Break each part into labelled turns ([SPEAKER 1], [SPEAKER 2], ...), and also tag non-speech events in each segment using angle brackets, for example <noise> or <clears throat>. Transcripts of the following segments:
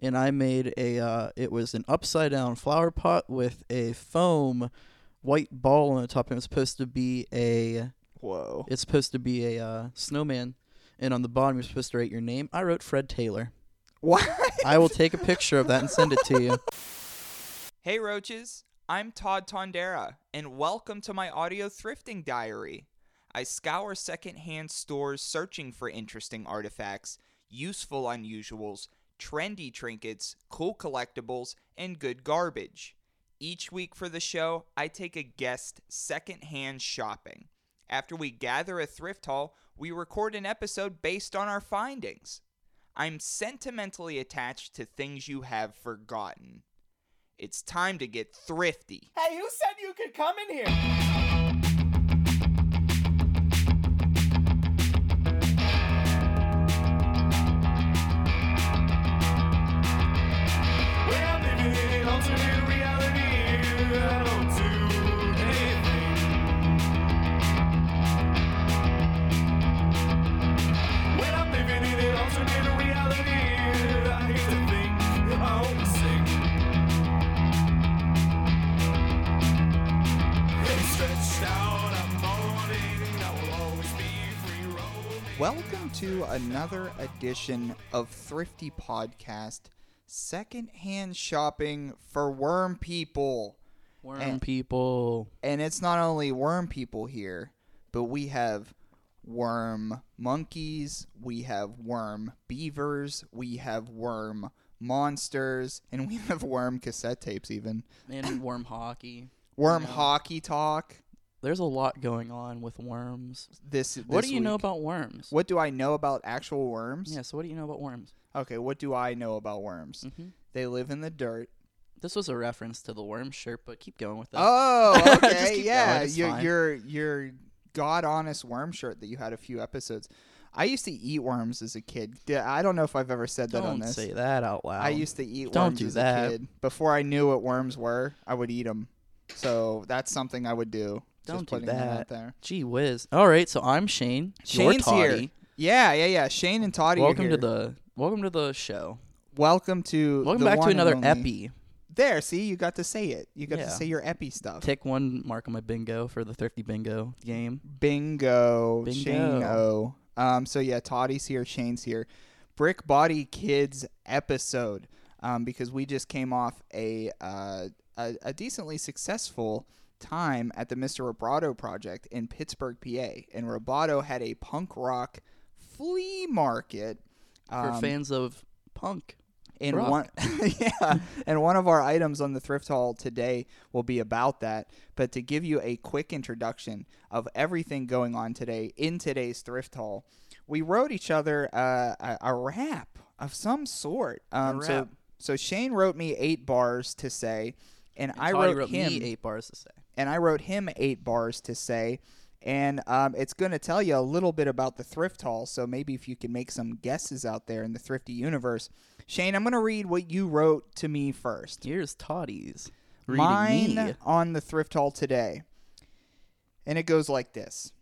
[SPEAKER 1] and I made a. Uh, it was an upside down flower pot with a foam white ball on the top, and it was supposed to be a.
[SPEAKER 2] Whoa.
[SPEAKER 1] It's supposed to be a uh, snowman, and on the bottom you're supposed to write your name. I wrote Fred Taylor.
[SPEAKER 2] What?
[SPEAKER 1] I will take a picture of that and send it to you.
[SPEAKER 2] Hey, Roaches. I'm Todd Tondera, and welcome to my audio thrifting diary. I scour secondhand stores searching for interesting artifacts, useful unusuals, trendy trinkets, cool collectibles, and good garbage. Each week for the show, I take a guest secondhand shopping. After we gather a thrift haul, we record an episode based on our findings. I'm sentimentally attached to things you have forgotten. It's time to get thrifty.
[SPEAKER 3] Hey, who said you could come in here?
[SPEAKER 4] We're living in an alternate reality. I don't do anything. When I'm living in an alternate reality, I hate to think I'm sick. Stretched out, I'm mourning. I will always be free roaming.
[SPEAKER 2] Welcome to another edition of Thrifty Podcast Secondhand Shopping for Worm People.
[SPEAKER 1] <laughs> Worm
[SPEAKER 2] And-
[SPEAKER 1] people.
[SPEAKER 2] And it's not only worm people here, but we have worm monkeys, we have worm beavers, we have worm monsters, and we have worm cassette tapes, even.
[SPEAKER 1] And worm hockey.
[SPEAKER 2] Worm
[SPEAKER 1] Yeah.
[SPEAKER 2] hockey talk.
[SPEAKER 1] There's a lot going on with worms.
[SPEAKER 2] This, this
[SPEAKER 1] what do you know
[SPEAKER 2] week.
[SPEAKER 1] about worms?
[SPEAKER 2] What do I know about actual worms?
[SPEAKER 1] Yeah, so what do you know about worms?
[SPEAKER 2] Okay, what do I know about worms?
[SPEAKER 1] Mhm.
[SPEAKER 2] They live in the dirt.
[SPEAKER 1] This was a reference to the worm shirt, but keep going with that.
[SPEAKER 2] Oh, <laughs>
[SPEAKER 1] Just
[SPEAKER 2] okay,
[SPEAKER 1] keep
[SPEAKER 2] yeah,
[SPEAKER 1] going, it's
[SPEAKER 2] your
[SPEAKER 1] fine.
[SPEAKER 2] your your god honest worm shirt that you had a few episodes. I used to eat worms as a kid. D- I don't know if I've ever said that on
[SPEAKER 1] Don't
[SPEAKER 2] this.
[SPEAKER 1] say that out loud.
[SPEAKER 2] I used to eat
[SPEAKER 1] Don't
[SPEAKER 2] worms
[SPEAKER 1] do
[SPEAKER 2] as
[SPEAKER 1] that.
[SPEAKER 2] a kid. Before I knew what worms were, I would eat them. So that's something I would do.
[SPEAKER 1] Don't do
[SPEAKER 2] Just putting that out
[SPEAKER 1] that.
[SPEAKER 2] there.
[SPEAKER 1] Gee whiz. All right, so I'm Shane. You're
[SPEAKER 2] Shane's
[SPEAKER 1] Toddy.
[SPEAKER 2] here. Yeah, yeah, yeah. Shane and Toddy. are
[SPEAKER 1] Welcome to
[SPEAKER 2] here.
[SPEAKER 1] the welcome to the show.
[SPEAKER 2] Welcome to
[SPEAKER 1] Welcome
[SPEAKER 2] the
[SPEAKER 1] back to
[SPEAKER 2] one and
[SPEAKER 1] another
[SPEAKER 2] only-
[SPEAKER 1] epi.
[SPEAKER 2] There, see, you got to say it. You got
[SPEAKER 1] Yeah.
[SPEAKER 2] to say your epi stuff.
[SPEAKER 1] Take one mark on my bingo for the thrifty bingo game.
[SPEAKER 2] Bingo.
[SPEAKER 1] Bingo.
[SPEAKER 2] Shane O. Um, so yeah, Toddy's here, Shane's here. Brick Body Kids episode. Um, because we just came off a, uh, a a decently successful time at the Mr. Roboto project in Pittsburgh, PA, and Roboto had a punk rock flea market
[SPEAKER 1] For
[SPEAKER 2] um,
[SPEAKER 1] fans of punk.
[SPEAKER 2] and
[SPEAKER 1] Rock.
[SPEAKER 2] one <laughs> yeah and one of our items on the thrift haul today will be about that but to give you a quick introduction of everything going on today in today's thrift haul we wrote each other uh, a, a rap of some sort um, so
[SPEAKER 1] rap.
[SPEAKER 2] so Shane wrote me eight bars to say and, I
[SPEAKER 1] Toddy
[SPEAKER 2] wrote, him
[SPEAKER 1] me eight bars to say.
[SPEAKER 2] and I wrote him eight bars to say. And um, it's going to tell you a little bit about the thrift haul. So maybe if you can make some guesses out there in the thrifty universe. Shane, I'm going to read what you wrote to me first.
[SPEAKER 1] Here's Toddy's. Reading
[SPEAKER 2] Mine
[SPEAKER 1] me.
[SPEAKER 2] on the thrift haul today. And it goes like this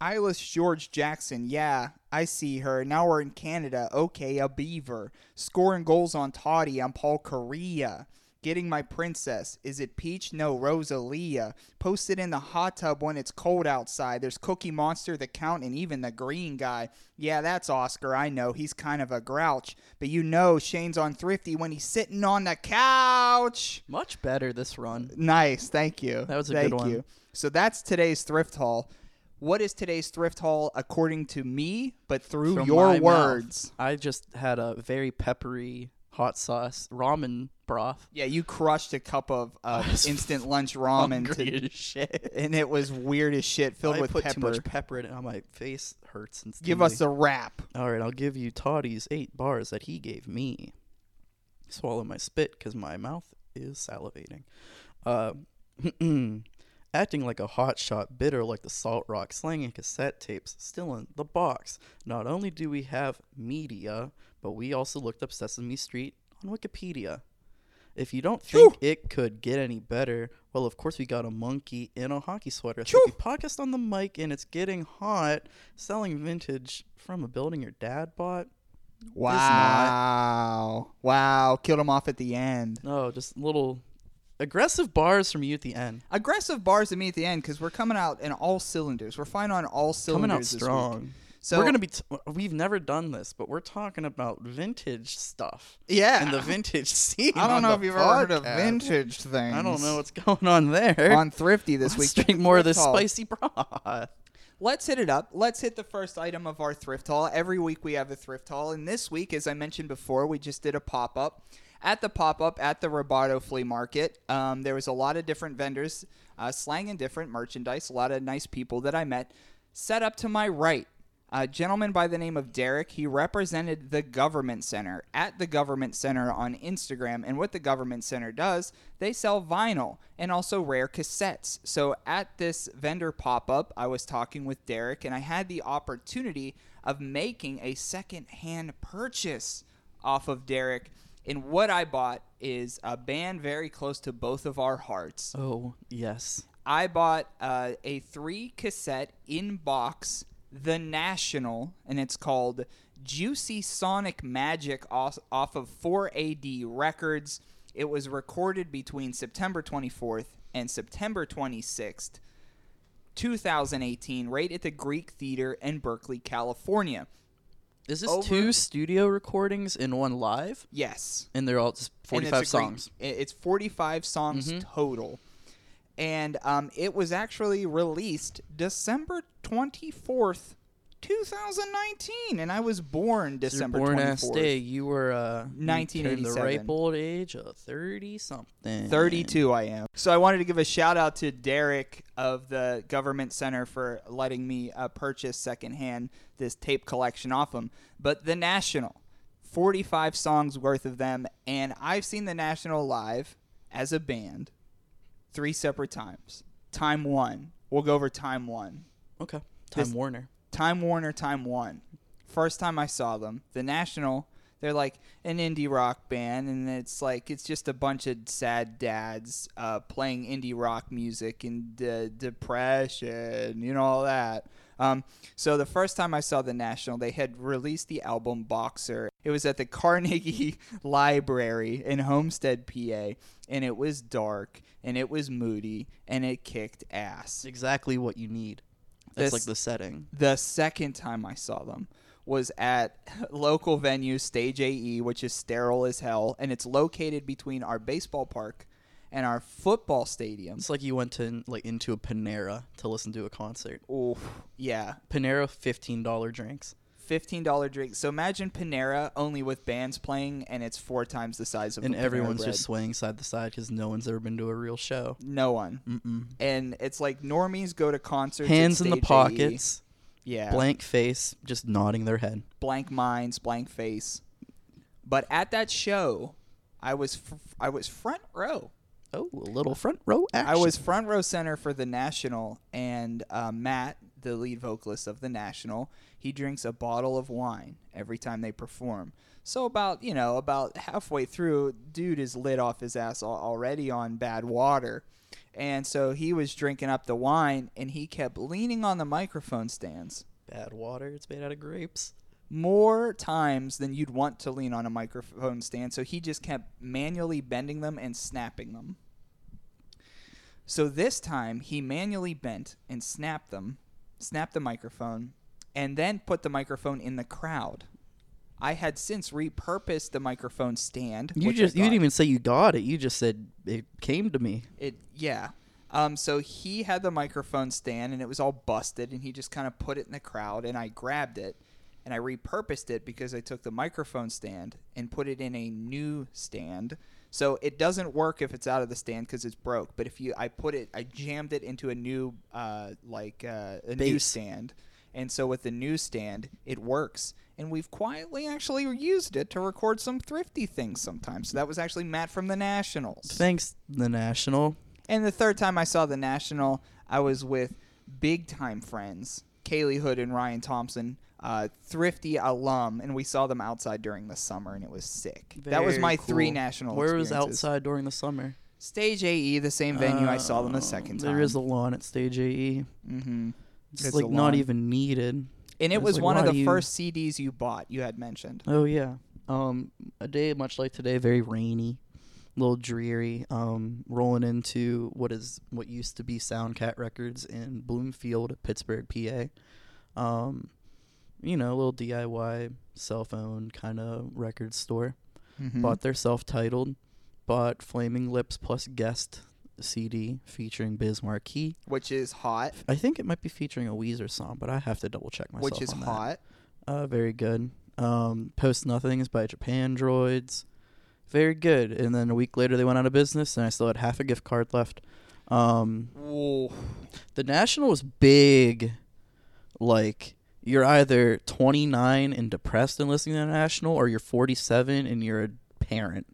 [SPEAKER 2] Eyeless George Jackson. Yeah, I see her. Now we're in Canada. Okay, a beaver. Scoring goals on Toddy. I'm Paul Korea. Getting my princess. Is it Peach? No, Rosalia. Posted in the hot tub when it's cold outside. There's Cookie Monster, the Count, and even the green guy. Yeah, that's Oscar. I know. He's kind of a grouch. But you know, Shane's on Thrifty when he's sitting on the couch.
[SPEAKER 1] Much better this run.
[SPEAKER 2] Nice, thank you.
[SPEAKER 1] That was a
[SPEAKER 2] thank
[SPEAKER 1] good one.
[SPEAKER 2] You. So that's today's thrift haul. What is today's thrift haul according to me, but through
[SPEAKER 1] From my
[SPEAKER 2] your
[SPEAKER 1] mouth.
[SPEAKER 2] words?
[SPEAKER 1] I just had a very peppery hot sauce ramen broth.
[SPEAKER 2] Yeah, you crushed a cup of uh,
[SPEAKER 1] <laughs> I was
[SPEAKER 2] instant lunch ramen,
[SPEAKER 1] Hungry
[SPEAKER 2] to,
[SPEAKER 1] as shit.
[SPEAKER 2] and it was weird as shit, filled
[SPEAKER 1] I
[SPEAKER 2] with
[SPEAKER 1] put
[SPEAKER 2] pepper.
[SPEAKER 1] too much pepper in it. Oh, my face hurts. Instantly.
[SPEAKER 2] Give us a wrap.
[SPEAKER 1] All right, I'll give you Toddy's eight bars that he gave me. Swallow my spit because my mouth is salivating. Uh, <clears throat> acting like a hot shot, bitter like the salt rock, slanging cassette tapes, still in the box. Not only do we have media, but we also looked up Sesame Street on Wikipedia. If you don't think it could get any better, well, of course, we got a monkey in a hockey sweater. So we podcast on the mic and it's getting hot. Selling vintage from a building your dad bought.
[SPEAKER 2] Wow. Wow. Killed him off at the end.
[SPEAKER 1] No, just little aggressive bars from you at the end.
[SPEAKER 2] Aggressive bars to me at the end because we're coming out in all cylinders. We're fine on all cylinders.
[SPEAKER 1] Coming out
[SPEAKER 2] this week.
[SPEAKER 1] strong.
[SPEAKER 2] So
[SPEAKER 1] we're gonna be. T- we've never done this, but we're talking about vintage stuff
[SPEAKER 2] Yeah.
[SPEAKER 1] and the vintage scene.
[SPEAKER 2] I don't
[SPEAKER 1] on
[SPEAKER 2] know
[SPEAKER 1] the
[SPEAKER 2] if you've ever heard of
[SPEAKER 1] podcast.
[SPEAKER 2] vintage things.
[SPEAKER 1] I don't know what's going on there.
[SPEAKER 2] on
[SPEAKER 1] <laughs>
[SPEAKER 2] thrifty this
[SPEAKER 1] Let's
[SPEAKER 2] week.
[SPEAKER 1] drink more of
[SPEAKER 2] Thrift
[SPEAKER 1] this
[SPEAKER 2] haul.
[SPEAKER 1] spicy broth.
[SPEAKER 2] Let's hit it up. Let's hit the first item of our thrift haul. Every week we have a thrift haul, and this week, as I mentioned before, we just did a pop up. At the pop up at the Roboto Flea Market, um, there was a lot of different vendors, uh, slang and different merchandise. A lot of nice people that I met. Set up to my right, a gentleman by the name of Derek. He represented the Government Center at the Government Center on Instagram. And what the Government Center does, they sell vinyl and also rare cassettes. So at this vendor pop up, I was talking with Derek and I had the opportunity of making a second hand purchase off of Derek. And what I bought is a band very close to both of our hearts.
[SPEAKER 1] Oh yes.
[SPEAKER 2] I bought uh, a three cassette in box, The National, and it's called Juicy Sonic Magic off, off of 4AD Records. It was recorded between September 24th and September 26th, 2018, right at the Greek Theater in Berkeley, California.
[SPEAKER 1] Is this
[SPEAKER 2] Over-
[SPEAKER 1] two studio recordings in one live?
[SPEAKER 2] Yes.
[SPEAKER 1] And they're all just
[SPEAKER 2] And it's
[SPEAKER 1] 45
[SPEAKER 2] a great-
[SPEAKER 1] songs. Mm-hmm.
[SPEAKER 2] i- it's 45 songs total. And um, it was actually released December 24th, 2019. And I was born
[SPEAKER 1] It's your
[SPEAKER 2] December
[SPEAKER 1] born ass
[SPEAKER 2] 24th.
[SPEAKER 1] day. You were uh, you turned the
[SPEAKER 2] 1987.
[SPEAKER 1] ripe old age of 30 something.
[SPEAKER 2] 32 I am. So I wanted to give a shout out to Derek of the Government Center for letting me uh, purchase secondhand this tape collection off him. But The National, 45 songs worth of them. And I've seen The National live as a band three separate times. Time one. We'll go over time one.
[SPEAKER 1] Okay. Time
[SPEAKER 2] This-
[SPEAKER 1] Warner.
[SPEAKER 2] Time Warner, Time One. First time I saw them, the National, they're like an indie rock band, and it's like it's just a bunch of sad dads uh, playing indie rock music and uh, depression, you know all that. Um, so the first time I saw the National, they had released the album Boxer. It was at the <laughs> Carnegie Library in Homestead, PA, and it was dark and it was moody and it kicked ass
[SPEAKER 1] It's exactly what you need. That's like
[SPEAKER 2] This-
[SPEAKER 1] the setting.
[SPEAKER 2] the second time I saw them was at <laughs> local venue Stage AE, which is sterile as hell, and it's located between our baseball park and our football stadium.
[SPEAKER 1] It's like you went to like into a Panera to listen to a concert.
[SPEAKER 2] Oof, yeah,
[SPEAKER 1] Panera $15 drinks.
[SPEAKER 2] fifteen dollar drink. So imagine Panera only with bands playing, and it's four times the size of.
[SPEAKER 1] And
[SPEAKER 2] a Panera
[SPEAKER 1] everyone's
[SPEAKER 2] Bread.
[SPEAKER 1] just swaying side to side because no one's ever been to a real show.
[SPEAKER 2] no one,
[SPEAKER 1] Mm-mm.
[SPEAKER 2] and it's like normies go to concerts. at
[SPEAKER 1] Hands in the
[SPEAKER 2] Stage AE.
[SPEAKER 1] pockets,
[SPEAKER 2] Yeah,
[SPEAKER 1] blank face, just nodding their head.
[SPEAKER 2] blank minds, blank face. But at that show, I was f- I was front row.
[SPEAKER 1] Oh, a little front row action.
[SPEAKER 2] I was front row center for the National, and uh, Matt, the lead vocalist of the National, he drinks a bottle of wine every time they perform. So about you know about halfway through, dude is lit off his ass al- already on bad water, and so he was drinking up the wine, and he kept leaning on the microphone stands
[SPEAKER 1] bad water. It's made out of grapes.
[SPEAKER 2] more times than you'd want to lean on a microphone stand, so he just kept manually bending them and snapping them. So this time he manually bent and snapped them, snapped the microphone, and then put the microphone in the crowd. I had since repurposed the microphone stand.
[SPEAKER 1] You
[SPEAKER 2] which I
[SPEAKER 1] just you
[SPEAKER 2] got.
[SPEAKER 1] didn't even say you got it. You just said it came to me.
[SPEAKER 2] It yeah. Um, so he had the microphone stand and it was all busted and he just kind of put it in the crowd and I grabbed it and I repurposed it because I took the microphone stand and put it in a new stand. So it doesn't work if it's out of the stand because it's broke. But if you, I put it, I jammed it into a new, uh, like uh, a new
[SPEAKER 1] Base.
[SPEAKER 2] stand, and so with the new stand, it works. And we've quietly actually used it to record some thrifty things sometimes. So that was actually Matt from the Nationals.
[SPEAKER 1] Thanks, the National.
[SPEAKER 2] And the third time I saw the National, I was with big time friends, Kaylee Hood and Ryan Thompson, uh, thrifty alum, and we saw them outside during the summer, and it was sick. that was
[SPEAKER 1] Very
[SPEAKER 2] my three
[SPEAKER 1] cool.
[SPEAKER 2] national.
[SPEAKER 1] Where was
[SPEAKER 2] experiences.
[SPEAKER 1] outside during the summer?
[SPEAKER 2] Stage AE, the same venue I saw them the
[SPEAKER 1] Oh,
[SPEAKER 2] second time.
[SPEAKER 1] There is a lawn at Stage AE.
[SPEAKER 2] mm-hmm.
[SPEAKER 1] It's
[SPEAKER 2] There's a
[SPEAKER 1] like not
[SPEAKER 2] lawn.
[SPEAKER 1] even needed.
[SPEAKER 2] And it
[SPEAKER 1] It's
[SPEAKER 2] was
[SPEAKER 1] like,
[SPEAKER 2] one of
[SPEAKER 1] why
[SPEAKER 2] the
[SPEAKER 1] do you-
[SPEAKER 2] first CDs you bought, you had mentioned.
[SPEAKER 1] Oh yeah. Um, a day much like today, very rainy, a little dreary. Um, rolling into what is what used to be Soundcat Records in Bloomfield, Pittsburgh, PA. Um, you know, a little DIY cell phone kind of record store.
[SPEAKER 2] Mm-hmm.
[SPEAKER 1] Bought their self-titled. Bought Flaming Lips plus guest CD featuring Biz Marquee.
[SPEAKER 2] Which is hot.
[SPEAKER 1] I think it might be featuring a Weezer song, but I have to double check myself.
[SPEAKER 2] Which is
[SPEAKER 1] on that.
[SPEAKER 2] hot.
[SPEAKER 1] Uh, very good. Um, Post Nothings by Japan Droids. Very good. And then a week later, they went out of business, and I still had half a gift card left. Um,
[SPEAKER 2] Ooh.
[SPEAKER 1] the National was big. Like, you're either 29 and depressed and listening to the National, or you're 47 and you're a parent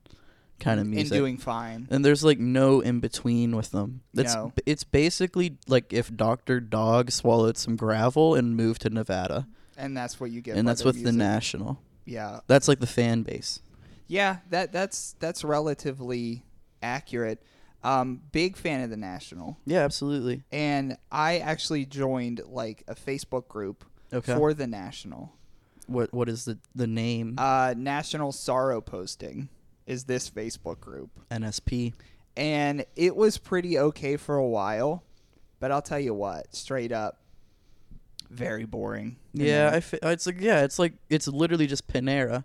[SPEAKER 1] kind of
[SPEAKER 2] And
[SPEAKER 1] music.
[SPEAKER 2] doing fine.
[SPEAKER 1] and there's like no in between with them. It's
[SPEAKER 2] No.
[SPEAKER 1] it's basically like if Doctor Dog swallowed some gravel and moved to Nevada,
[SPEAKER 2] And that's what you get.
[SPEAKER 1] and
[SPEAKER 2] by
[SPEAKER 1] that's
[SPEAKER 2] their
[SPEAKER 1] with the
[SPEAKER 2] music.
[SPEAKER 1] National.
[SPEAKER 2] Yeah.
[SPEAKER 1] That's like the fan base.
[SPEAKER 2] Yeah, that that's that's relatively accurate. Um, big fan of the National.
[SPEAKER 1] Yeah, absolutely.
[SPEAKER 2] And I actually joined like a Facebook group
[SPEAKER 1] Okay.
[SPEAKER 2] for the National.
[SPEAKER 1] What what is the the name?
[SPEAKER 2] Uh, National Sorrow Posting is this Facebook group.
[SPEAKER 1] NSP.
[SPEAKER 2] And it was pretty okay for a while, but I'll tell you what, straight up very boring. And
[SPEAKER 1] Yeah,
[SPEAKER 2] then-
[SPEAKER 1] I fe- it's like yeah, it's like it's literally just Panera.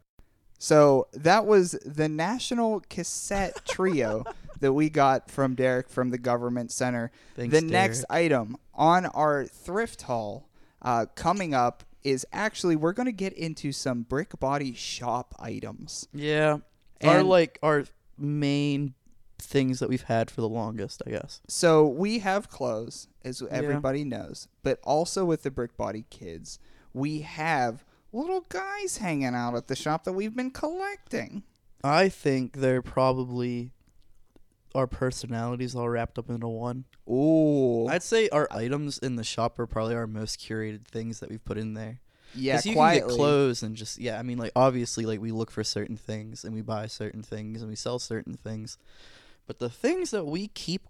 [SPEAKER 2] So that was the National Cassette
[SPEAKER 1] <laughs>
[SPEAKER 2] Trio that we got from Derek from the Government Center.
[SPEAKER 1] Thanks,
[SPEAKER 2] the next item on our thrift haul uh, coming up is actually we're going to get into some Brick Body shop items.
[SPEAKER 1] Yeah, our
[SPEAKER 2] And-
[SPEAKER 1] like our main things that we've had for the longest, I guess.
[SPEAKER 2] So we have clothes, as everybody knows, but also with the Brick Body kids, we have little guys hanging out at the shop that we've been collecting.
[SPEAKER 1] I think they're probably our personalities all wrapped up into one.
[SPEAKER 2] Ooh,
[SPEAKER 1] I'd say our items in the shop are probably our most curated things that we've put in there.
[SPEAKER 2] yeah,
[SPEAKER 1] 'Cause you can
[SPEAKER 2] quietly.
[SPEAKER 1] get clothes and just yeah. I mean, like obviously, like we look for certain things and we buy certain things and we sell certain things, but the things that we keep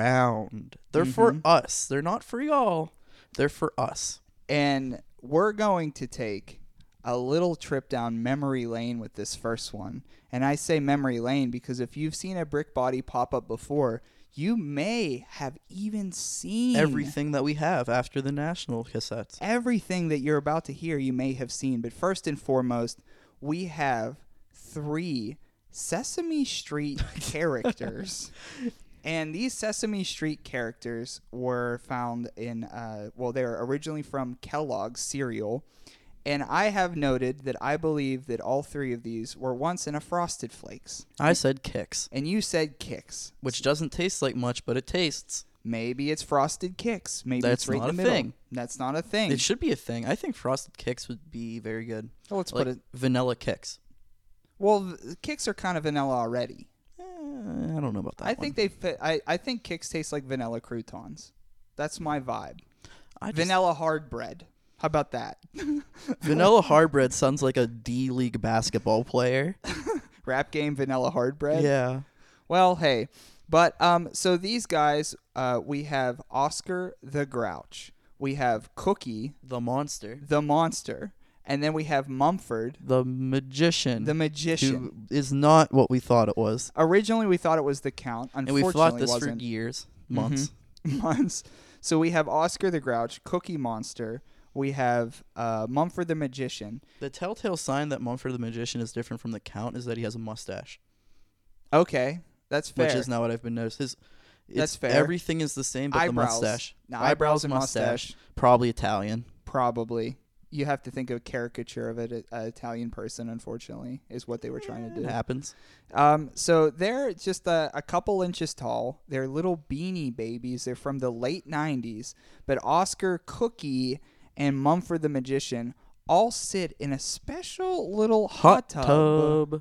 [SPEAKER 1] around, they're for
[SPEAKER 2] Mm-hmm.
[SPEAKER 1] us. They're not for y'all. They're for us.
[SPEAKER 2] and we're going to take a little trip down memory lane with this first one. And I say memory lane because if you've seen a brick body pop up before, you may have even seen
[SPEAKER 1] Everything that we have after the national cassettes.
[SPEAKER 2] Everything that you're about to hear, you may have seen. But first and foremost, we have three
[SPEAKER 1] <laughs>
[SPEAKER 2] Sesame Street characters. And these Sesame Street characters were found in, uh, well, they were originally from Kellogg's cereal. And I have noted that I believe that all three of these were once in a Frosted Flakes.
[SPEAKER 1] I said kicks,
[SPEAKER 2] And you said kicks.
[SPEAKER 1] which doesn't taste like much, but it tastes.
[SPEAKER 2] Maybe it's Frosted Kicks. Maybe
[SPEAKER 1] That's
[SPEAKER 2] it's right
[SPEAKER 1] not
[SPEAKER 2] in the
[SPEAKER 1] a
[SPEAKER 2] middle.
[SPEAKER 1] thing.
[SPEAKER 2] That's not a thing.
[SPEAKER 1] It should be a thing. I think frosted kicks would be very good.
[SPEAKER 2] Oh, let's
[SPEAKER 1] like
[SPEAKER 2] put it.
[SPEAKER 1] vanilla kicks.
[SPEAKER 2] Well, v- kicks are kind of vanilla already.
[SPEAKER 1] Eh, I don't know about that.
[SPEAKER 2] I think they fit. I, I think kicks taste like vanilla croutons. That's my vibe.
[SPEAKER 1] I just-
[SPEAKER 2] Vanilla hard bread. How about that? <laughs>
[SPEAKER 1] Vanilla Hardbread sounds like a D League basketball player.
[SPEAKER 2] Rap game vanilla hard bread.
[SPEAKER 1] yeah.
[SPEAKER 2] Well, hey, but um, so these guys, uh, we have Oscar the Grouch, we have Cookie
[SPEAKER 1] The monster.
[SPEAKER 2] the Monster, and then we have Mumford
[SPEAKER 1] The magician.
[SPEAKER 2] the Magician.
[SPEAKER 1] Who is not what we thought it was.
[SPEAKER 2] Originally, we thought it was the Count.
[SPEAKER 1] And we
[SPEAKER 2] Unfortunately,
[SPEAKER 1] fought this
[SPEAKER 2] wasn't. Mm-hmm.
[SPEAKER 1] for years, months.
[SPEAKER 2] <laughs> months. So we have Oscar the Grouch, Cookie Monster. We have uh, Mumford the Magician.
[SPEAKER 1] The telltale sign that Mumford the magician is different from the Count is that he has a mustache,
[SPEAKER 2] Okay, that's fair.
[SPEAKER 1] which is not what I've been noticed. His, it's-
[SPEAKER 2] That's fair.
[SPEAKER 1] Everything is the same, but
[SPEAKER 2] Eyebrows.
[SPEAKER 1] the mustache.
[SPEAKER 2] No, eyebrows and mustache.
[SPEAKER 1] Probably Italian.
[SPEAKER 2] probably. You have to think of a caricature of an Italian person, unfortunately, is what they were trying to
[SPEAKER 1] It
[SPEAKER 2] do.
[SPEAKER 1] happens.
[SPEAKER 2] Um, so they're just a, a couple inches tall. They're little beanie babies. They're from the late 90s. But Oscar, Cookie, and Mumford the Magician all sit in a special little hot,
[SPEAKER 1] Tub.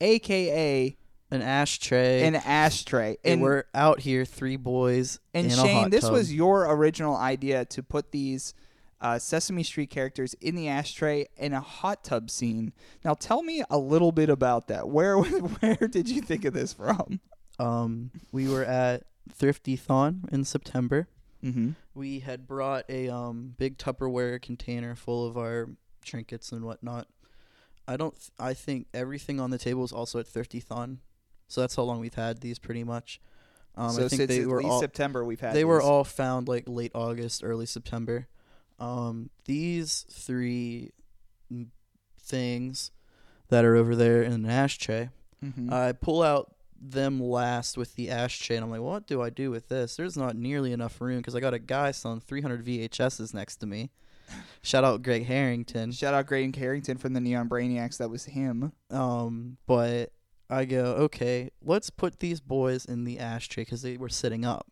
[SPEAKER 2] aka
[SPEAKER 1] An ashtray.
[SPEAKER 2] an ashtray.
[SPEAKER 1] and
[SPEAKER 2] And,
[SPEAKER 1] we're out here, three boys.
[SPEAKER 2] and
[SPEAKER 1] in a
[SPEAKER 2] Shane,
[SPEAKER 1] hot
[SPEAKER 2] this
[SPEAKER 1] tub.
[SPEAKER 2] was your original idea to put these uh, Sesame Street characters in the ashtray in a hot tub scene. Now, tell me a little bit about that. Where <laughs> where did you think of this from?
[SPEAKER 1] Um, we were at Thrifty Thon in September.
[SPEAKER 2] Mm-hmm.
[SPEAKER 1] we had brought a um, big Tupperware container full of our trinkets and whatnot. I don't. Th- I think everything on the table is also at Thrifty-thon, so that's how long we've had these pretty much. Um,
[SPEAKER 2] so
[SPEAKER 1] I think
[SPEAKER 2] since
[SPEAKER 1] they
[SPEAKER 2] at
[SPEAKER 1] were
[SPEAKER 2] least
[SPEAKER 1] all
[SPEAKER 2] September, we've had
[SPEAKER 1] they were
[SPEAKER 2] these.
[SPEAKER 1] all found like late August, early September. Um, these three m- things that are over there in an ashtray,
[SPEAKER 2] Mhm.
[SPEAKER 1] I pull out them last with the ashtray, and I'm like, what do I do with this? There's not nearly enough room because I got a guy selling 300 VHSs next to me. Shout out Greg Harrington.
[SPEAKER 2] Shout out Graydon Carrington from the Neon Brainiacs. That was him.
[SPEAKER 1] Um, but I go, okay, let's put these boys in the ashtray because they were sitting up,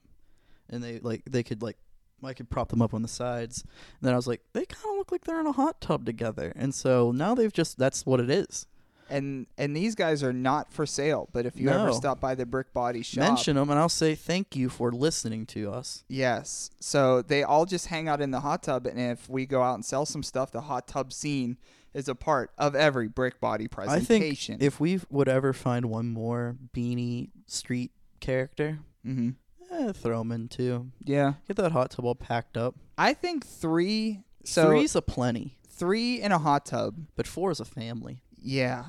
[SPEAKER 1] and they like they could like I could prop them up on the sides. And then I was like, they kind of look like they're in a hot tub together, and so now they've just that's what it is.
[SPEAKER 2] And and these guys are not for sale. But if you ever
[SPEAKER 1] No.
[SPEAKER 2] stop by the Brick Body Shop,
[SPEAKER 1] Mention them, and I'll say thank you for listening to us.
[SPEAKER 2] Yes. So they all just hang out in the hot tub, and if we go out and sell some stuff, the hot tub scene is a part of every brick body
[SPEAKER 1] I think
[SPEAKER 2] presentation.
[SPEAKER 1] if we would ever find one more beanie street character,
[SPEAKER 2] hmm
[SPEAKER 1] eh, throw him in too.
[SPEAKER 2] Yeah.
[SPEAKER 1] Get that hot tub all packed up.
[SPEAKER 2] I think three. So
[SPEAKER 1] Three's a plenty,
[SPEAKER 2] three in a hot tub.
[SPEAKER 1] but four is a family.
[SPEAKER 2] Yeah.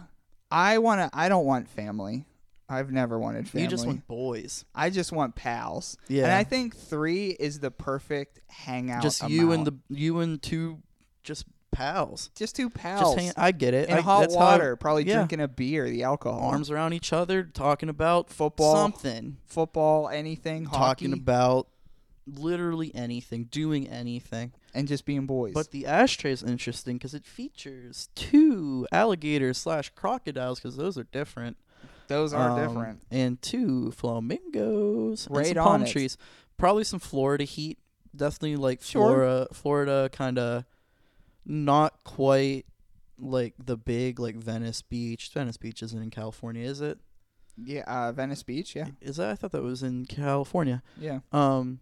[SPEAKER 2] I wanna. I don't want family. I've never wanted family.
[SPEAKER 1] You just want boys.
[SPEAKER 2] I just want pals. And
[SPEAKER 1] Yeah.
[SPEAKER 2] I think three is the perfect hangout.
[SPEAKER 1] just you and
[SPEAKER 2] amount.
[SPEAKER 1] the you and two just pals.
[SPEAKER 2] just two pals.
[SPEAKER 1] Just hang, I get it.
[SPEAKER 2] in
[SPEAKER 1] I,
[SPEAKER 2] hot
[SPEAKER 1] that's how I-
[SPEAKER 2] water, probably
[SPEAKER 1] yeah.
[SPEAKER 2] drinking a beer, the alcohol,
[SPEAKER 1] arms around each other, talking about
[SPEAKER 2] Football,
[SPEAKER 1] something,
[SPEAKER 2] football, anything,
[SPEAKER 1] talking
[SPEAKER 2] hockey.
[SPEAKER 1] about literally anything, doing anything.
[SPEAKER 2] and just being boys.
[SPEAKER 1] But the ashtray is interesting because it features two alligators slash crocodiles because those are different.
[SPEAKER 2] those are
[SPEAKER 1] Um,
[SPEAKER 2] different.
[SPEAKER 1] And two flamingos and
[SPEAKER 2] Right
[SPEAKER 1] some
[SPEAKER 2] on
[SPEAKER 1] palm
[SPEAKER 2] it.
[SPEAKER 1] trees. Probably some Florida heat. Definitely like
[SPEAKER 2] Sure.
[SPEAKER 1] Florida, Florida kind of not quite like the big like Venice Beach. Venice Beach isn't in California, is it?
[SPEAKER 2] Yeah, uh, Venice Beach. Yeah,
[SPEAKER 1] Is that? I thought that was in California.
[SPEAKER 2] yeah.
[SPEAKER 1] Um,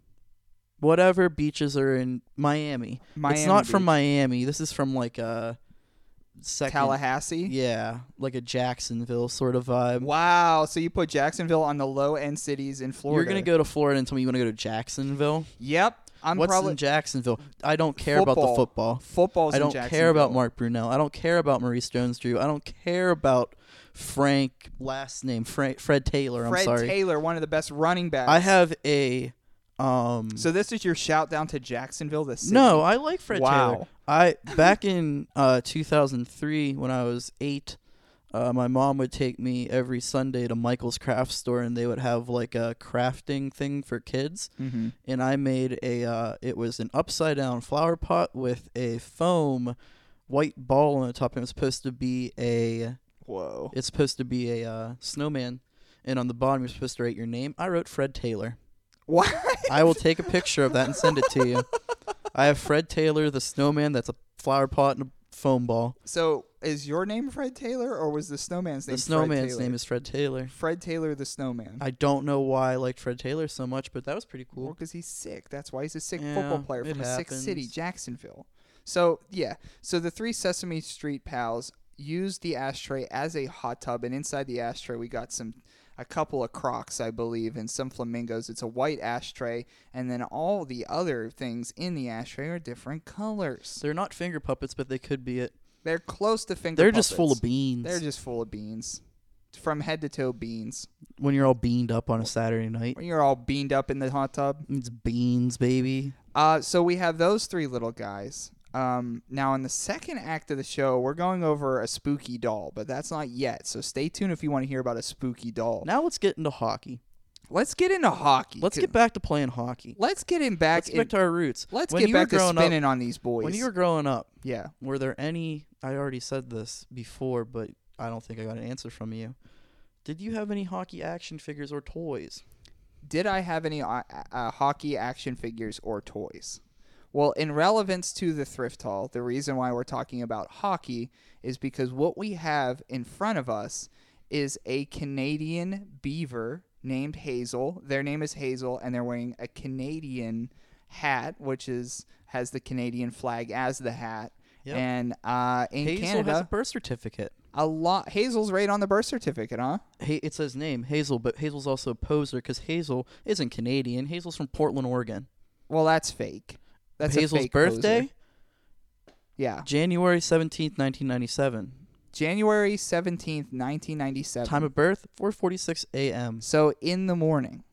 [SPEAKER 1] whatever beaches are in Miami.
[SPEAKER 2] Miami
[SPEAKER 1] it's not from
[SPEAKER 2] Beach.
[SPEAKER 1] Miami. This is from like a second.
[SPEAKER 2] Tallahassee.
[SPEAKER 1] Yeah, like a Jacksonville sort of vibe.
[SPEAKER 2] Wow. So you put Jacksonville on the low end cities in Florida.
[SPEAKER 1] You're gonna go to Florida and tell me you want to go to Jacksonville.
[SPEAKER 2] Yep. I'm
[SPEAKER 1] What's
[SPEAKER 2] probably
[SPEAKER 1] in Jacksonville? I don't care about the football.
[SPEAKER 2] Football's
[SPEAKER 1] I
[SPEAKER 2] in
[SPEAKER 1] don't care about
[SPEAKER 2] Jacksonville.
[SPEAKER 1] Mark Brunell. I don't care about Maurice Jones-Drew. I don't care about Frank last name Frank Fred Taylor.
[SPEAKER 2] Fred
[SPEAKER 1] I'm sorry.
[SPEAKER 2] Taylor, one of the best running backs.
[SPEAKER 1] I have a um.
[SPEAKER 2] So this is your shout down to Jacksonville. The city.
[SPEAKER 1] no, I like Fred
[SPEAKER 2] Wow.
[SPEAKER 1] Taylor. I back in uh 2003 when I was eight. Uh, my mom would take me every Sunday to Michael's craft store, and they would have like a crafting thing for kids.
[SPEAKER 2] Mhm.
[SPEAKER 1] and I made a uh, it was an upside down flower pot with a foam white ball on the top and it was supposed to be a
[SPEAKER 2] Whoa.
[SPEAKER 1] it's supposed to be a uh, snowman and on the bottom you're supposed to write your name. I wrote Fred Taylor.
[SPEAKER 2] What? <laughs>
[SPEAKER 1] I will take a picture of that and send it to you. I have Fred Taylor the snowman that's a flower pot and a foam ball.
[SPEAKER 2] so is your name Fred Taylor, or was the snowman's name?
[SPEAKER 1] The snowman's
[SPEAKER 2] Fred
[SPEAKER 1] name is Fred Taylor.
[SPEAKER 2] Fred Taylor the snowman.
[SPEAKER 1] I don't know why I liked Fred Taylor so much, but that was pretty cool.
[SPEAKER 2] because he's sick. That's why he's a sick
[SPEAKER 1] Yeah,
[SPEAKER 2] football player
[SPEAKER 1] it
[SPEAKER 2] from a sick city,
[SPEAKER 1] happens.
[SPEAKER 2] Jacksonville. So yeah, so the three Sesame Street pals used the ashtray as a hot tub, and inside the ashtray we got some, a couple of crocs, I believe, and some flamingos. It's a white ashtray, and then all the other things in the ashtray are different colors.
[SPEAKER 1] They're not finger puppets, but they could be it.
[SPEAKER 2] They're close to finger.
[SPEAKER 1] They're just full of
[SPEAKER 2] puppets.
[SPEAKER 1] beans.
[SPEAKER 2] They're just full of beans, from head to toe beans.
[SPEAKER 1] when you're all beaned up on a Saturday night.
[SPEAKER 2] When you're all beaned up in the hot tub.
[SPEAKER 1] It's beans, baby.
[SPEAKER 2] Uh, so we have those three little guys. Um, now, in the second act of the show, we're going over a spooky doll, but that's not yet. So stay tuned if you want to hear about a spooky doll.
[SPEAKER 1] Now let's get into hockey.
[SPEAKER 2] let's get into hockey.
[SPEAKER 1] Let's
[SPEAKER 2] too.
[SPEAKER 1] get back to playing hockey.
[SPEAKER 2] Let's get in back.
[SPEAKER 1] Let's get back
[SPEAKER 2] in,
[SPEAKER 1] to our roots.
[SPEAKER 2] let's
[SPEAKER 1] When
[SPEAKER 2] get
[SPEAKER 1] you were
[SPEAKER 2] back to
[SPEAKER 1] growing up-
[SPEAKER 2] spinning on these boys.
[SPEAKER 1] When you were growing up,
[SPEAKER 2] yeah.
[SPEAKER 1] were there any? I already said this before, but I don't think I got an answer from you. Did you have any hockey action figures or toys?
[SPEAKER 2] did I have any uh, uh, hockey action figures or toys? Well, in relevance to the thrift haul, the reason why we're talking about hockey is because what we have in front of us is a Canadian beaver named Hazel. Their name is Hazel, and they're wearing a Canadian hat, which is has the Canadian flag as the hat.
[SPEAKER 1] Yep.
[SPEAKER 2] And uh, in
[SPEAKER 1] Hazel
[SPEAKER 2] Canada,
[SPEAKER 1] has a birth certificate.
[SPEAKER 2] a lot. Hazel's right on the birth certificate, huh?
[SPEAKER 1] Ha- it says name Hazel, but Hazel's also a poser because Hazel isn't Canadian. Hazel's from Portland, Oregon.
[SPEAKER 2] Well, that's fake. That's a
[SPEAKER 1] Hazel's
[SPEAKER 2] fake poser.
[SPEAKER 1] birthday,
[SPEAKER 2] Yeah,
[SPEAKER 1] January 17th, 1997.
[SPEAKER 2] January seventeenth, nineteen ninety-seven.
[SPEAKER 1] Time of birth, 4:46 a.m.
[SPEAKER 2] so in the morning.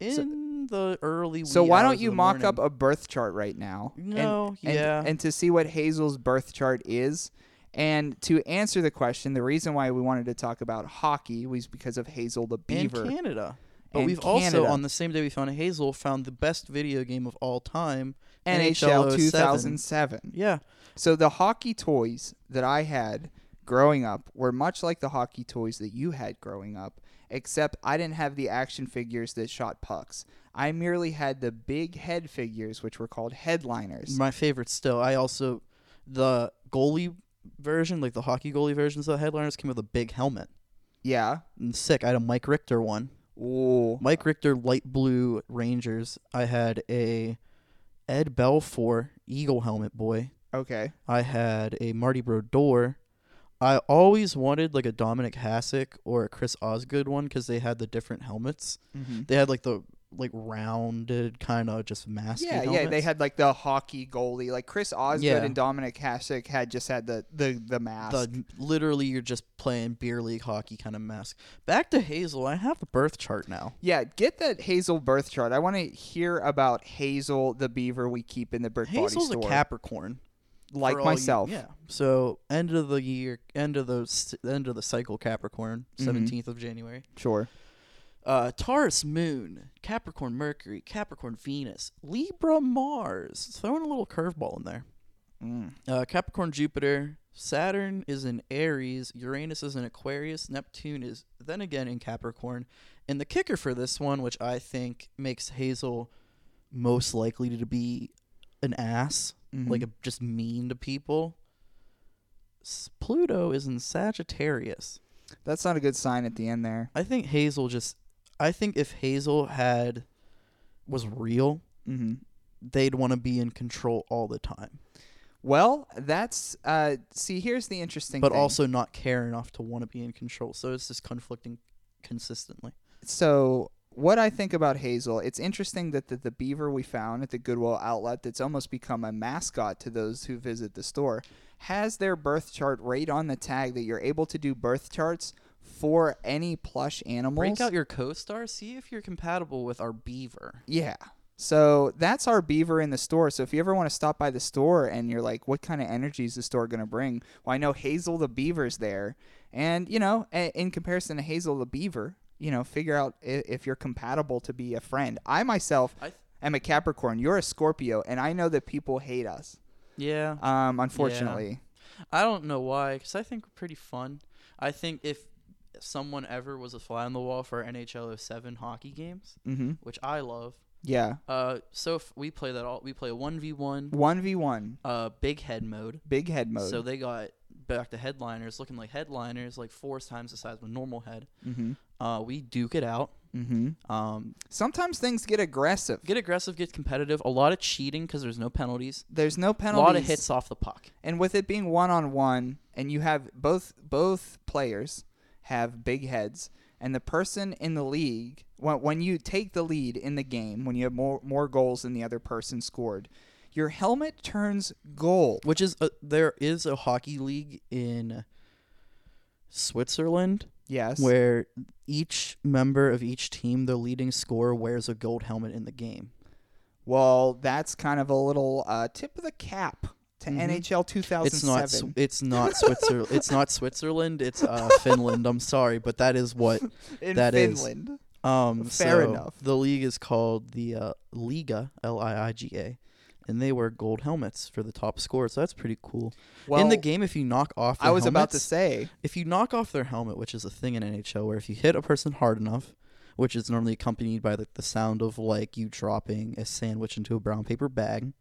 [SPEAKER 1] in the early.
[SPEAKER 2] So
[SPEAKER 1] wee
[SPEAKER 2] why
[SPEAKER 1] hours
[SPEAKER 2] don't
[SPEAKER 1] of
[SPEAKER 2] you
[SPEAKER 1] the
[SPEAKER 2] mock
[SPEAKER 1] morning.
[SPEAKER 2] up a birth chart right now? and-
[SPEAKER 1] No,
[SPEAKER 2] and,
[SPEAKER 1] yeah.
[SPEAKER 2] And to see what Hazel's birth chart is. And to answer the question, the reason why we wanted to talk about hockey was because of Hazel the Beaver.
[SPEAKER 1] in Canada. But
[SPEAKER 2] And
[SPEAKER 1] we've also,
[SPEAKER 2] Canada.
[SPEAKER 1] on the same day we found Hazel, found the best video game of all time,
[SPEAKER 2] NHL
[SPEAKER 1] 07.
[SPEAKER 2] 2007.
[SPEAKER 1] Yeah,
[SPEAKER 2] So the hockey toys that I had growing up were much like the hockey toys that you had growing up, except I didn't have the action figures that shot pucks. I merely had the big head figures, which were called headliners.
[SPEAKER 1] my favorite still. I also the goalie version, like the hockey goalie versions of the headliners, came with a big helmet.
[SPEAKER 2] Yeah.
[SPEAKER 1] And sick. I had a Mike Richter one.
[SPEAKER 2] Ooh.
[SPEAKER 1] Mike Richter light blue Rangers. I had a Ed Belfour Eagle helmet boy.
[SPEAKER 2] Okay.
[SPEAKER 1] I had a Marty Brodeur. I always wanted like a Dominic Hasek or a Chris Osgood one because they had the different helmets. They had like the like rounded kind of just masky.
[SPEAKER 2] Yeah, yeah,
[SPEAKER 1] helmets.
[SPEAKER 2] they had like the hockey goalie, like Chris Osgood
[SPEAKER 1] Yeah.
[SPEAKER 2] and Dominic Hasek had just had the the the mask.
[SPEAKER 1] the literally you're just playing beer league hockey kind of mask. Back to Hazel. I have the birth chart now.
[SPEAKER 2] yeah, get that Hazel birth chart. I want to hear about Hazel, the beaver we keep in the brick
[SPEAKER 1] Hazel's
[SPEAKER 2] body
[SPEAKER 1] a
[SPEAKER 2] store,
[SPEAKER 1] Capricorn.
[SPEAKER 2] like
[SPEAKER 1] for all you-
[SPEAKER 2] myself.
[SPEAKER 1] yeah. So end of the year, end of the s- end of the cycle, Capricorn,
[SPEAKER 2] Mm-hmm.
[SPEAKER 1] 17th of January.
[SPEAKER 2] sure.
[SPEAKER 1] Uh, Taurus Moon, Capricorn Mercury, Capricorn Venus, Libra Mars. Throwing a little curveball in there. Uh, Capricorn Jupiter, Saturn is in Aries, Uranus is in Aquarius, Neptune is then again in Capricorn. And the kicker for this one, which I think makes Hazel most likely to be an ass, like a, just mean to people, s- Pluto is in Sagittarius.
[SPEAKER 2] That's not a good sign at the end there.
[SPEAKER 1] I think Hazel just. I think if Hazel had was real,
[SPEAKER 2] Mhm.
[SPEAKER 1] they'd want to be in control all the time,
[SPEAKER 2] Well, that's uh see here's the interesting
[SPEAKER 1] but
[SPEAKER 2] thing.
[SPEAKER 1] also not care enough to want to be in control. So it's just conflicting consistently.
[SPEAKER 2] so what I think about Hazel, it's interesting that the, the beaver we found at the Goodwill outlet that's almost become a mascot to those who visit the store has their birth chart right on the tag that you're able to do birth charts for any plush animals.
[SPEAKER 1] Break out your co-star. See if you're compatible with our beaver.
[SPEAKER 2] yeah. So that's our beaver in the store. So if you ever want to stop by the store and you're like, what kind of energy is the store going to bring? Well, I know Hazel the beaver's there. And, you know, a- in comparison to Hazel the beaver, you know, figure out i- if you're compatible to be a friend. I myself
[SPEAKER 1] I th-
[SPEAKER 2] am a Capricorn. You're a Scorpio. And I know that people hate us,
[SPEAKER 1] Yeah,
[SPEAKER 2] um, unfortunately.
[SPEAKER 1] I don't know why, because I think we're pretty fun. I think if someone ever was a fly on the wall for NHL 07 hockey games,
[SPEAKER 2] Mhm.
[SPEAKER 1] which I love,
[SPEAKER 2] Yeah.
[SPEAKER 1] uh, so if we play that all, we play a one v one,
[SPEAKER 2] 1v1,
[SPEAKER 1] uh, big head mode.
[SPEAKER 2] big head mode.
[SPEAKER 1] So they got back to headliners, looking like headliners, like four times the size of a normal head. Uh, we duke it out. Mm-hmm. Um,
[SPEAKER 2] Sometimes things get aggressive.
[SPEAKER 1] get aggressive, get competitive. A lot of cheating because there's no penalties.
[SPEAKER 2] There's no
[SPEAKER 1] A
[SPEAKER 2] penalties.
[SPEAKER 1] lot of hits off the puck.
[SPEAKER 2] and with it being one on one and you have both both players have big heads and the person in the league when, when you take the lead in the game when you have more more goals than the other person scored your helmet turns gold
[SPEAKER 1] Which is a, there is a hockey league in Switzerland
[SPEAKER 2] yes
[SPEAKER 1] where each member of each team, the leading scorer, wears a gold helmet in the game.
[SPEAKER 2] well that's kind of a little uh, tip of the cap to nhl 2007
[SPEAKER 1] Mm-hmm. It's not. Sw- It's
[SPEAKER 2] <laughs>
[SPEAKER 1] not Switzerland. it's not Switzerland. It's uh, Finland. I'm sorry, but that is what
[SPEAKER 2] <laughs> in
[SPEAKER 1] that is.
[SPEAKER 2] finland
[SPEAKER 1] Um,
[SPEAKER 2] Fair
[SPEAKER 1] so
[SPEAKER 2] enough.
[SPEAKER 1] The league is called the uh, Liga, L I I G A, and they wear gold helmets for the top scorer. So that's pretty cool. In the
[SPEAKER 2] Well,
[SPEAKER 1] game, if you knock off, their
[SPEAKER 2] i was about to
[SPEAKER 1] helmets-
[SPEAKER 2] say
[SPEAKER 1] if you knock off their helmet, which is a thing in NHL, where if you hit a person hard enough, which is normally accompanied by like the sound of like you dropping a sandwich into a brown paper bag,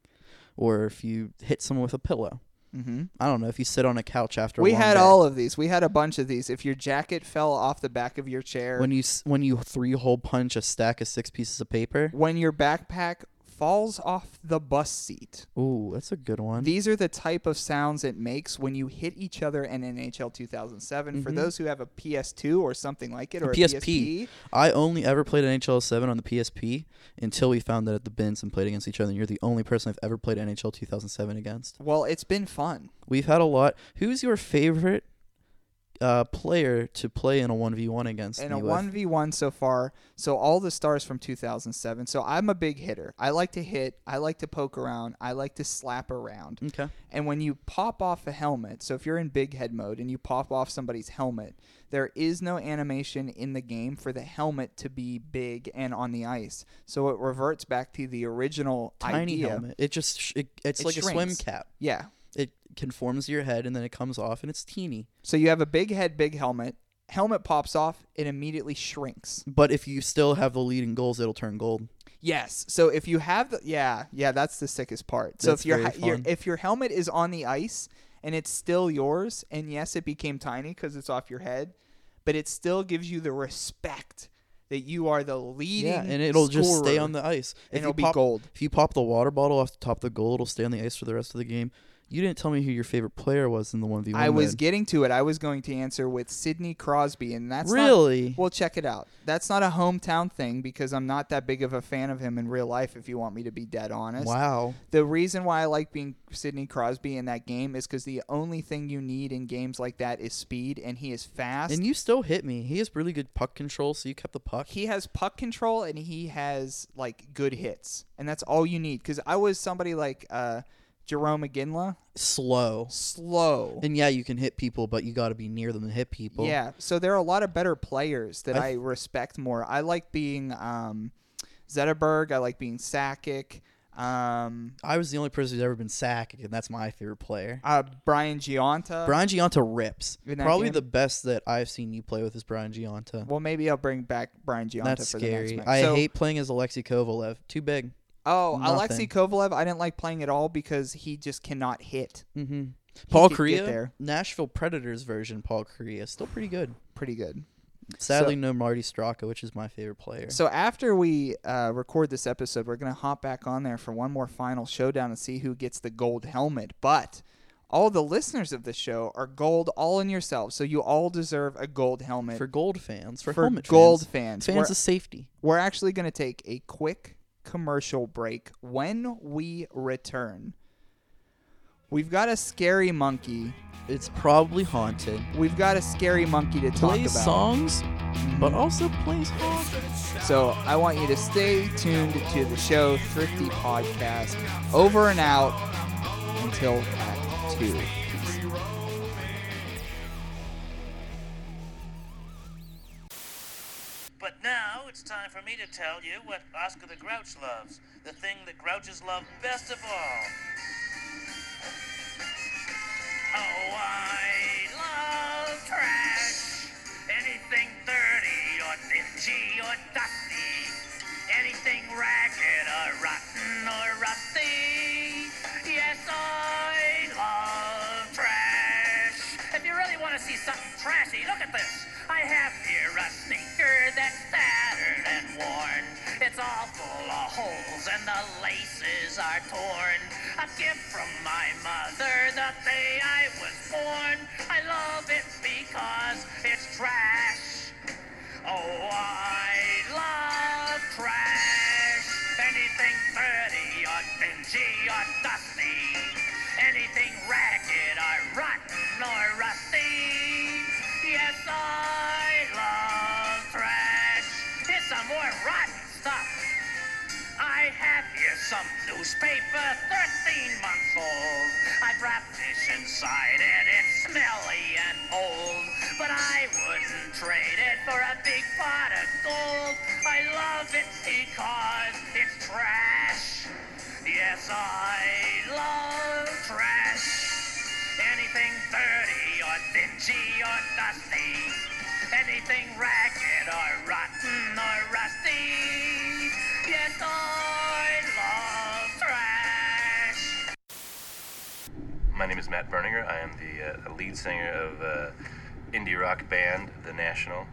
[SPEAKER 1] or if you hit someone with a pillow. Mm-hmm. I don't know if you sit on a couch after. a
[SPEAKER 2] we
[SPEAKER 1] long
[SPEAKER 2] had
[SPEAKER 1] day.
[SPEAKER 2] all of these we had a bunch of these if your jacket fell off the back of your chair
[SPEAKER 1] when you s- when you three hole punch a stack of six pieces of paper.
[SPEAKER 2] when your backpack falls off the bus seat.
[SPEAKER 1] Ooh, that's a good one.
[SPEAKER 2] These are the type of sounds it makes when you hit each other in NHL 2007. For those who have a PS2 or something like it, or a PSP,
[SPEAKER 1] PSP. I only ever played NHL 7 on the PSP until we found that at the bins and played against each other. And you're the only person I've ever played NHL 2007 against.
[SPEAKER 2] well, it's been fun.
[SPEAKER 1] We've had a lot. Who's your favorite uh, player to play in a 1v1 against?
[SPEAKER 2] in
[SPEAKER 1] me
[SPEAKER 2] a
[SPEAKER 1] with?
[SPEAKER 2] one v one so far. So all the stars from 2007. So I'm a big hitter. I like to hit. I like to poke around. I like to slap around.
[SPEAKER 1] Okay.
[SPEAKER 2] And when you pop off a helmet, so if you're in big head mode and you pop off somebody's helmet, there is no animation in the game for the helmet to be big and on the ice. So it reverts back to the original
[SPEAKER 1] Tiny
[SPEAKER 2] idea.
[SPEAKER 1] helmet. It just, sh- it, it's
[SPEAKER 2] It
[SPEAKER 1] like a swim
[SPEAKER 2] shrinks.
[SPEAKER 1] cap.
[SPEAKER 2] Yeah.
[SPEAKER 1] It conforms to your head and then it comes off and it's teeny.
[SPEAKER 2] So you have a big head, big helmet. Helmet pops off, it immediately shrinks.
[SPEAKER 1] But if you still have the leading goals, it'll turn gold.
[SPEAKER 2] Yes. So if you have the yeah, yeah, that's the sickest part. So if
[SPEAKER 1] That's
[SPEAKER 2] your,
[SPEAKER 1] very
[SPEAKER 2] he- your
[SPEAKER 1] fun.
[SPEAKER 2] if your helmet is on the ice and it's still yours and yes, it became tiny cuz it's off your head, but it still gives you the respect that you are the leading
[SPEAKER 1] Yeah, and it'll just stay
[SPEAKER 2] scorer.
[SPEAKER 1] on the ice.
[SPEAKER 2] and
[SPEAKER 1] you
[SPEAKER 2] it'll be
[SPEAKER 1] pop-
[SPEAKER 2] gold.
[SPEAKER 1] If you pop the water bottle off the top of the goal, it'll stay on the ice for the rest of the game. You didn't tell me who your favorite player was in the one v one.
[SPEAKER 2] I was getting to it. I was going to answer with Sidney Crosby and that's not-
[SPEAKER 1] really.
[SPEAKER 2] well, check it out. That's not a hometown thing because I'm not that big of a fan of him in real life if you want me to be dead honest.
[SPEAKER 1] wow.
[SPEAKER 2] the reason why I like being Sidney Crosby in that game is because the only thing you need in games like that is speed, and he is fast.
[SPEAKER 1] And you still hit me. He has really good puck control, so you kept the puck.
[SPEAKER 2] he has puck control and he has like good hits, and that's all you need. Because I was somebody like uh, Jerome McGinley,
[SPEAKER 1] Slow.
[SPEAKER 2] slow.
[SPEAKER 1] And yeah, you can hit people, but you got to be near them to hit people.
[SPEAKER 2] Yeah, so there are a lot of better players that I,
[SPEAKER 1] I th-
[SPEAKER 2] respect more. I like being um, Zetterberg. I like being Sakic. Um,
[SPEAKER 1] I was the only person who's ever been sacked, and that's my favorite player.
[SPEAKER 2] uh, Brian Gionta.
[SPEAKER 1] Brian Gianta rips.
[SPEAKER 2] Uh, In that
[SPEAKER 1] Probably
[SPEAKER 2] game?
[SPEAKER 1] the best that I've seen you play with is Brian Gianta.
[SPEAKER 2] well, maybe I'll bring back Brian Gionta
[SPEAKER 1] that's
[SPEAKER 2] for the
[SPEAKER 1] scary.
[SPEAKER 2] next match.
[SPEAKER 1] I
[SPEAKER 2] So-
[SPEAKER 1] hate playing as Alexei Kovalev. Too big.
[SPEAKER 2] Oh, Alexei
[SPEAKER 1] Nothing.
[SPEAKER 2] Kovalev, I didn't like playing at all because he just cannot hit.
[SPEAKER 1] Mm-hmm. Paul
[SPEAKER 2] could get
[SPEAKER 1] Korea,
[SPEAKER 2] there.
[SPEAKER 1] Nashville Predators version. Paul Korea, still pretty good.
[SPEAKER 2] Pretty good.
[SPEAKER 1] Sadly, no Marty Straka, which is my favorite player.
[SPEAKER 2] So after we uh, record this episode, we're gonna hop back on there for one more final showdown and see who gets the gold helmet. But all the listeners of the show are gold all in yourselves, so you all deserve a gold helmet.
[SPEAKER 1] for gold fans, for,
[SPEAKER 2] uh, For
[SPEAKER 1] helmet
[SPEAKER 2] gold fans,
[SPEAKER 1] fans,
[SPEAKER 2] we're-
[SPEAKER 1] fans of safety.
[SPEAKER 2] we're actually gonna take a quick commercial break. When we return, we've got a scary monkey.
[SPEAKER 1] It's probably haunted.
[SPEAKER 2] We've got a scary monkey to talk
[SPEAKER 1] Plays
[SPEAKER 2] about. Mhm.
[SPEAKER 1] songs, but also plays haunted.
[SPEAKER 2] So I want you to stay tuned to the show Thrifty Podcast over and out until Act 2.
[SPEAKER 5] But now it's time for me to tell you what Oscar the Grouch loves, the thing that Grouches love best of all. Oh, I love trash. Anything dirty or dingy or dusty. Anything ragged or rotten or rusty. Yes, I love trash. If you really want to see something trashy, look at this. I have here a sneaker that's tattered and worn. It's all full of holes and the laces are torn. A gift from my mother the day I was born. I love it because it's trash. Oh, I love trash. Anything dirty or dingy or dusty. Anything ragged or rotten or rusty. Yes, I love trash. Here's some more rotten stuff. I have here some newspaper, 13 months old. I've wrapped this inside and it's smelly and old. But I wouldn't trade it for a big pot of gold. I love it because it's trash. Yes, I love trash. Anything dirty or dingy or dusty. Anything ragged or rotten or rusty. Yes, I love trash.
[SPEAKER 6] My name is Matt Berninger. I am the uh, lead singer of uh, indie rock band The National.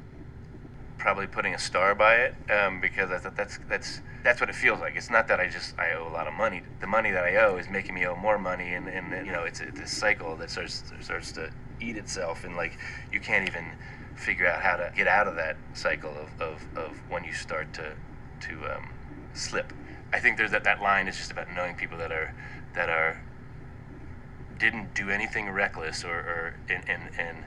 [SPEAKER 6] probably putting a star by it um, because I thought that's that's that's what it feels like. It's not that I just I owe a lot of money. The money that I owe is making me owe more money, and, and then, you know it's, it's this cycle that starts starts to eat itself, and like you can't even figure out how to get out of that cycle of, of, of when you start to to um, slip. I think there's that that line is just about knowing people that are that are didn't do anything reckless or, or and, and, and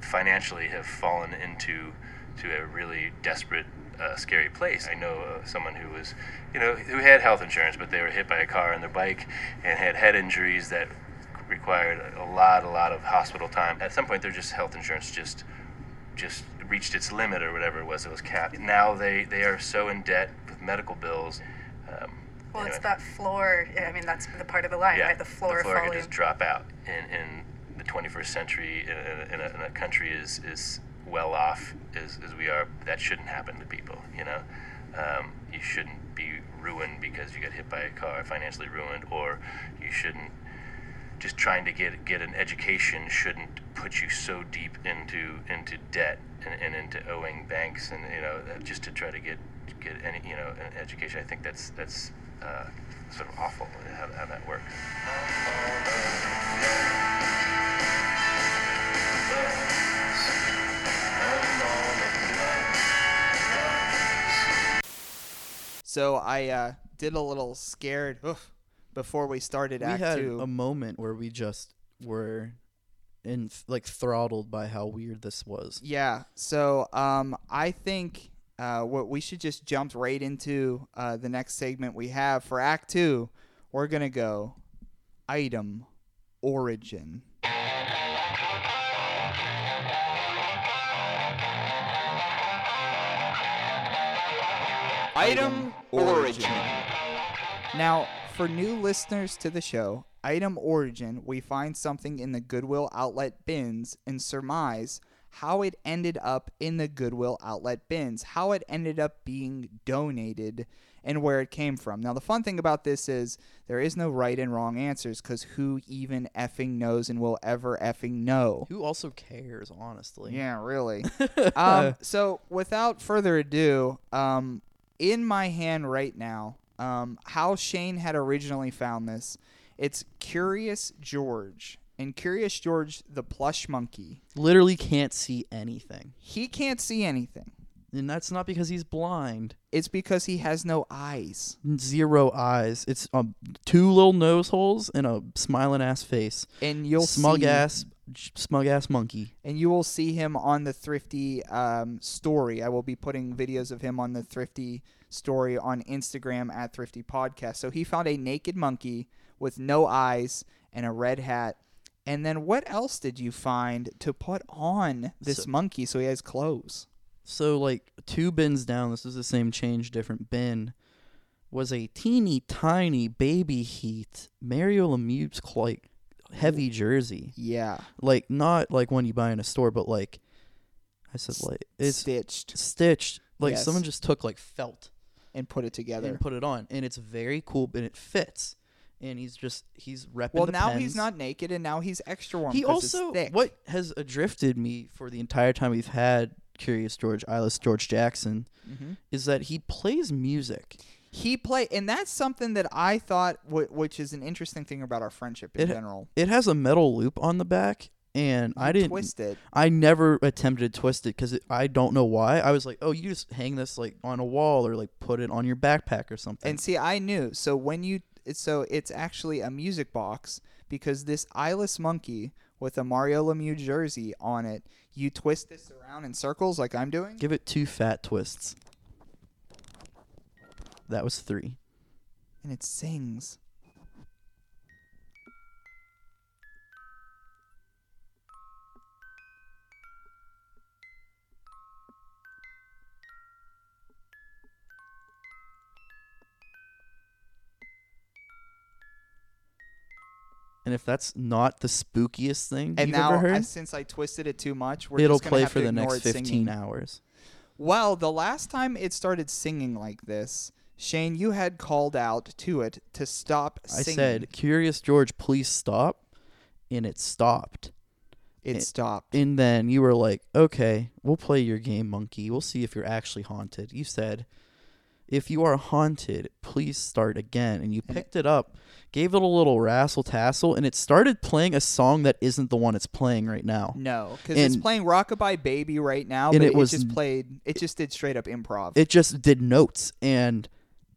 [SPEAKER 6] financially have fallen into to a really desperate, uh, scary place. I know uh, someone who was, you know, who had health insurance, but they were hit by a car on their bike and had head injuries that required a lot, a lot of hospital time. At some point, their just health insurance just, just reached its limit or whatever it was. It was capped. Now they they are so in debt with medical bills. Um,
[SPEAKER 7] Well, it's
[SPEAKER 6] anyway.
[SPEAKER 7] that floor. I mean, that's the part of the line, right? The floor,
[SPEAKER 6] could
[SPEAKER 7] falling.
[SPEAKER 6] just drop out in, in the 21st century in a, in, a, in a country as, as well off as, as we are. That shouldn't happen to people, you know? Um, you shouldn't be ruined because you got hit by a car, financially ruined, or you shouldn't just trying to get get an education shouldn't put you so deep into into debt and, and into owing banks and you know that- just to try to get get any you know an education. I think that's that's uh, sort of awful how, how that works.
[SPEAKER 2] So I uh, did a little scared oof, before we started
[SPEAKER 1] we
[SPEAKER 2] Act
[SPEAKER 1] had
[SPEAKER 2] Two.
[SPEAKER 1] a moment where we just were in like throttled by how weird this was.
[SPEAKER 2] yeah. So um, I think uh, what we should just jump right into uh, the next segment we have for Act Two. We're gonna go item origin. Item origin. Now, for new listeners to the show, item origin, we find something in the Goodwill outlet bins and surmise how it ended up in the Goodwill outlet bins, how it ended up being donated, and where it came from. Now, the fun thing about this is there is no right and wrong answers because who even effing knows and will ever effing know?
[SPEAKER 1] Who also cares, honestly?
[SPEAKER 2] Yeah, really. um, so, without further ado, um, in my hand right now, um, how Shane had originally found this, it's Curious George. And Curious George, the plush monkey,
[SPEAKER 1] Literally can't see anything.
[SPEAKER 2] he can't see anything.
[SPEAKER 1] And that's not because he's blind.
[SPEAKER 2] It's because he has no eyes.
[SPEAKER 1] Zero eyes. It's um two little nose holes and a smiling ass face.
[SPEAKER 2] And you'll
[SPEAKER 1] smug
[SPEAKER 2] see,
[SPEAKER 1] ass j- smug ass monkey.
[SPEAKER 2] and you will see him on the thrifty um, story i will be putting videos of him on the thrifty story on instagram at thrifty podcast so he found a naked monkey with no eyes and a red hat and then what else did you find to put on this monkey so he has clothes
[SPEAKER 1] So like two bins down, this is the same change, different bin, was a teeny tiny baby heat Mario Lemieux's like heavy jersey.
[SPEAKER 2] yeah
[SPEAKER 1] Like not like one you buy in a store, but like I said like it's
[SPEAKER 2] stitched
[SPEAKER 1] stitched. Like
[SPEAKER 2] Yes.
[SPEAKER 1] someone just took like felt
[SPEAKER 2] and put it together
[SPEAKER 1] and put it on, and it's very cool, and it fits. And he's just he's repping.
[SPEAKER 2] well
[SPEAKER 1] the
[SPEAKER 2] now he's
[SPEAKER 1] pens.
[SPEAKER 2] not naked and now he's extra warm
[SPEAKER 1] He
[SPEAKER 2] 'cause it's
[SPEAKER 1] also
[SPEAKER 2] thick.
[SPEAKER 1] what has adrifted me for the entire time we've had Curious George, Eyeless George Jackson,
[SPEAKER 2] Mm-hmm.
[SPEAKER 1] is that he plays music.
[SPEAKER 2] he play and that's something that i thought wh- which is an interesting thing about our friendship in
[SPEAKER 1] It-
[SPEAKER 2] general
[SPEAKER 1] It has a metal loop on the back, and I didn't
[SPEAKER 2] twist it.
[SPEAKER 1] I never attempted to twist it because I don't know why. I was like, oh, you just hang this like on a wall or like put it on your backpack or something.
[SPEAKER 2] And see, I knew. So when you, it's- so it's actually a music box because this eyeless monkey with a Mario Lemieux jersey on it, you twist this around in circles like I'm doing.
[SPEAKER 1] Give it two fat twists. That was three.
[SPEAKER 2] and it sings.
[SPEAKER 1] And if that's not the spookiest thing
[SPEAKER 2] And
[SPEAKER 1] you've
[SPEAKER 2] now,
[SPEAKER 1] ever heard,
[SPEAKER 2] I, since I twisted it too much, we're
[SPEAKER 1] it'll
[SPEAKER 2] just gonna
[SPEAKER 1] play
[SPEAKER 2] have
[SPEAKER 1] for
[SPEAKER 2] to
[SPEAKER 1] the
[SPEAKER 2] ignore
[SPEAKER 1] next
[SPEAKER 2] it
[SPEAKER 1] 15
[SPEAKER 2] singing.
[SPEAKER 1] hours.
[SPEAKER 2] Well, the last time it started singing like this, Shane, you had called out to it to stop
[SPEAKER 1] I
[SPEAKER 2] singing.
[SPEAKER 1] said, "Curious George, please stop," and it stopped.
[SPEAKER 2] It stopped.
[SPEAKER 1] And then you were like, okay, we'll play your game, monkey. We'll see if you're actually haunted. You said, if you are haunted, please start again. And you picked it up, gave it a little rassle tassel, and it started playing a song that isn't the one it's playing right now.
[SPEAKER 2] no, because it's
[SPEAKER 1] and-
[SPEAKER 2] playing "Rockabye Baby" right now,
[SPEAKER 1] and
[SPEAKER 2] but
[SPEAKER 1] it
[SPEAKER 2] it,
[SPEAKER 1] was-
[SPEAKER 2] just played. It just did straight up improv.
[SPEAKER 1] It just did notes and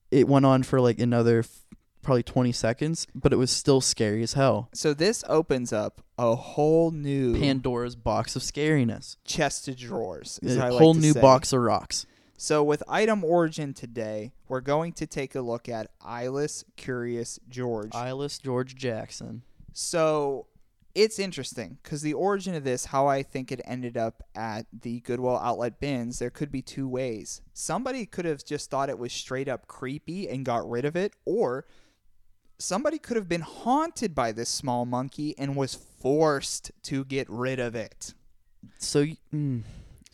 [SPEAKER 1] it went on for like another f- probably 20 seconds, but it was still scary as hell.
[SPEAKER 2] so this opens up a whole new
[SPEAKER 1] Pandora's box of scariness.
[SPEAKER 2] chest of drawers. Is
[SPEAKER 1] a
[SPEAKER 2] I like
[SPEAKER 1] whole
[SPEAKER 2] to
[SPEAKER 1] new
[SPEAKER 2] say.
[SPEAKER 1] box of rocks.
[SPEAKER 2] So with item origin today, we're going to take a look at Eyeless Curious George.
[SPEAKER 1] Eyeless George Jackson.
[SPEAKER 2] So it's interesting because the origin of this, how I think it ended up at the Goodwill outlet bins, there could be two ways. Somebody could have just thought it was straight up creepy and got rid of it, or somebody could have been haunted by this small monkey and was forced to get rid of it.
[SPEAKER 1] So, y- mm,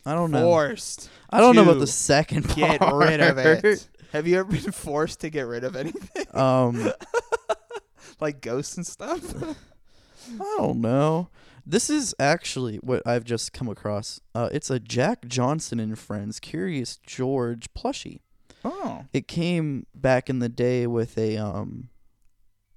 [SPEAKER 1] I don't know.
[SPEAKER 2] Forced.
[SPEAKER 1] I don't know about
[SPEAKER 2] to
[SPEAKER 1] the second
[SPEAKER 2] Get
[SPEAKER 1] part.
[SPEAKER 2] rid
[SPEAKER 1] <laughs>
[SPEAKER 2] of it. Have you ever been forced to get rid of anything <laughs>
[SPEAKER 1] Um,
[SPEAKER 2] like ghosts and stuff?
[SPEAKER 1] <laughs> I don't know. This is actually what I've just come across. Uh, it's a Jack Johnson and Friends Curious George plushie.
[SPEAKER 2] oh,
[SPEAKER 1] It came back in the day with a um,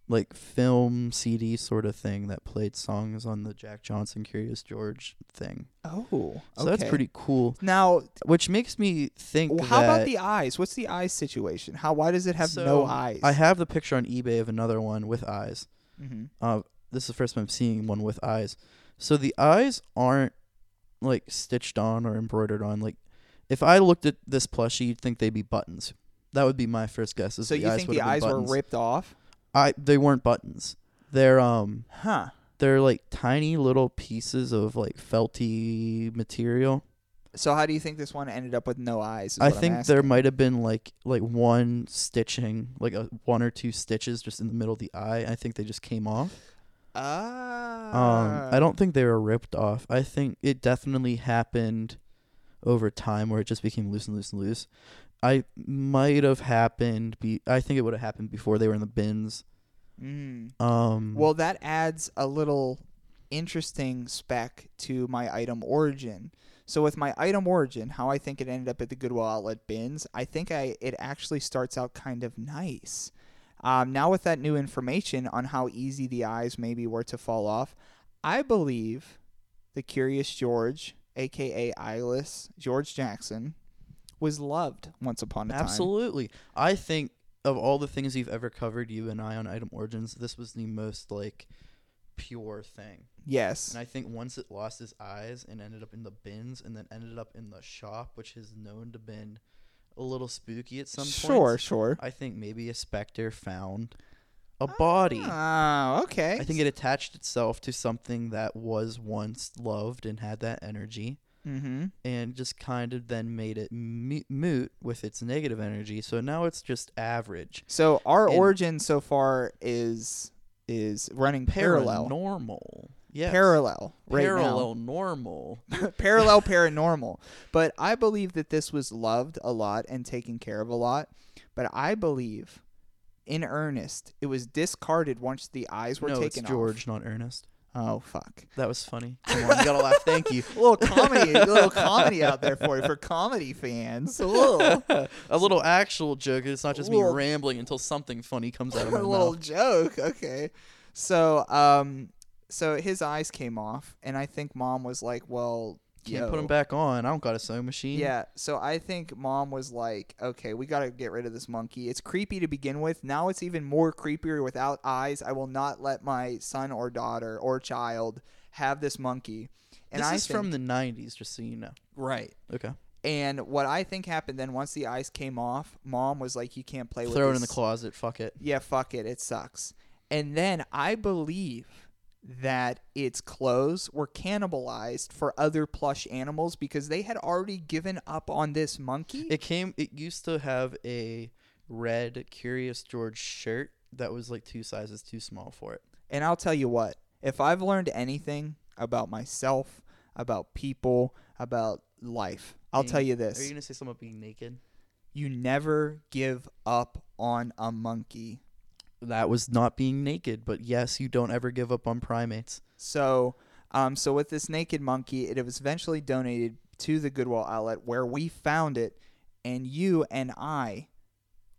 [SPEAKER 1] like film CD sort of thing that played songs on the Jack Johnson Curious George thing.
[SPEAKER 2] oh,
[SPEAKER 1] So that's pretty cool.
[SPEAKER 2] Now,
[SPEAKER 1] Which makes me think.
[SPEAKER 2] Well, how about
[SPEAKER 1] that-
[SPEAKER 2] the eyes? What's the eyes situation? How why does it have
[SPEAKER 1] So,
[SPEAKER 2] no eyes?
[SPEAKER 1] I have the picture on eBay of another one with eyes.
[SPEAKER 2] Mhm.
[SPEAKER 1] Uh, this is the first time I'm seeing one with eyes. So the eyes aren't like stitched on or embroidered on. Like if I looked at this plushie, you'd think they'd be buttons. That would be my first guess. Is
[SPEAKER 2] so
[SPEAKER 1] the
[SPEAKER 2] you
[SPEAKER 1] eyes
[SPEAKER 2] think
[SPEAKER 1] would
[SPEAKER 2] the
[SPEAKER 1] have been
[SPEAKER 2] eyes were
[SPEAKER 1] buttons.
[SPEAKER 2] ripped off?
[SPEAKER 1] I they weren't buttons. They're um
[SPEAKER 2] Huh.
[SPEAKER 1] they're like tiny little pieces of like felty material.
[SPEAKER 2] So how do you think this one ended up with no eyes? is
[SPEAKER 1] I
[SPEAKER 2] what I'm
[SPEAKER 1] think there
[SPEAKER 2] asking.
[SPEAKER 1] might have been like like one stitching, like a one or two stitches just in the middle of the eye. I think they just came off. Um,
[SPEAKER 2] Ah.
[SPEAKER 1] I don't think they were ripped off. I think it definitely happened over time where it just became loose and loose and loose. I might have happened. Be I think it would have happened before they were in the bins.
[SPEAKER 2] Mm.
[SPEAKER 1] Um,
[SPEAKER 2] Well, that adds a little interesting spec to my item origin. So with my item origin, how I think it ended up at the Goodwill outlet bins, I think I it actually starts out kind of nice. Um, now with that new information on how easy the eyes maybe were to fall off, I believe the Curious George, aka Eyeless George Jackson, was loved once upon a time.
[SPEAKER 1] absolutely. I think of all the things you've ever covered, you and I on item origins, this was the most like pure thing.
[SPEAKER 2] Yes.
[SPEAKER 1] And I think once it lost his eyes and ended up in the bins and then ended up in the shop, which is known to been a little spooky at some point.
[SPEAKER 2] sure, sure.
[SPEAKER 1] I think maybe a specter found a
[SPEAKER 2] Ah,
[SPEAKER 1] body.
[SPEAKER 2] Oh, okay.
[SPEAKER 1] I think it attached itself to something that was once loved and had that energy
[SPEAKER 2] mm-hmm.
[SPEAKER 1] and just kind of then made it mo- moot with its negative energy. So now it's just average.
[SPEAKER 2] So our
[SPEAKER 1] And-
[SPEAKER 2] origin so far is is running parallel,
[SPEAKER 1] Paranormal. Yes.
[SPEAKER 2] parallel, right
[SPEAKER 1] Parallel normal.
[SPEAKER 2] now. <laughs> parallel paranormal. But I believe that this was loved a lot and taken care of a lot. But I believe, in earnest, it was discarded once the eyes were
[SPEAKER 1] no, it's
[SPEAKER 2] taken
[SPEAKER 1] George, not Ernest.
[SPEAKER 2] off. Oh fuck!
[SPEAKER 1] That was
[SPEAKER 2] <laughs>
[SPEAKER 1] funny. Come on, you gotta laugh. Thank you.
[SPEAKER 2] A little comedy, a little comedy out there for you for comedy <laughs> fans. A little, a
[SPEAKER 1] a little actual joke. It's not just me
[SPEAKER 2] Well-
[SPEAKER 1] rambling until something funny comes out of my
[SPEAKER 2] <laughs> little
[SPEAKER 1] mouth.
[SPEAKER 2] joke. Okay, so um, so his eyes came off, and I think mom was like, "Well."
[SPEAKER 1] Can't put
[SPEAKER 2] yo,
[SPEAKER 1] him back on. I don't got a sewing machine.
[SPEAKER 2] Yeah, so I think mom was like, "Okay, we got to get rid of this monkey. It's creepy to begin with. Now it's even more creepier without eyes. I will not let my son or daughter or child have this monkey." And
[SPEAKER 1] this
[SPEAKER 2] I
[SPEAKER 1] is from
[SPEAKER 2] think-
[SPEAKER 1] the '90s, just so you know.
[SPEAKER 2] right.
[SPEAKER 1] Okay.
[SPEAKER 2] And what I think happened then, once the eyes came off, mom was like, "You can't play with
[SPEAKER 1] Throw it in the
[SPEAKER 2] this."
[SPEAKER 1] closet. Fuck it.
[SPEAKER 2] yeah, fuck it, it sucks. And then I believe that its clothes were cannibalized for other plush animals because they had already given up on this monkey.
[SPEAKER 1] It came. It used to have a red Curious George shirt that was like two sizes too small for it.
[SPEAKER 2] And I'll tell you what, if I've learned anything about myself, about people, about life, I'll tell you
[SPEAKER 1] Are you
[SPEAKER 2] this.
[SPEAKER 1] gonna say something about being naked?
[SPEAKER 2] You never give up on a monkey.
[SPEAKER 1] That was not being naked, but yes, you don't ever give up on primates.
[SPEAKER 2] So Um, so with this naked monkey, it was eventually donated to the Goodwill outlet where we found it, and you and I,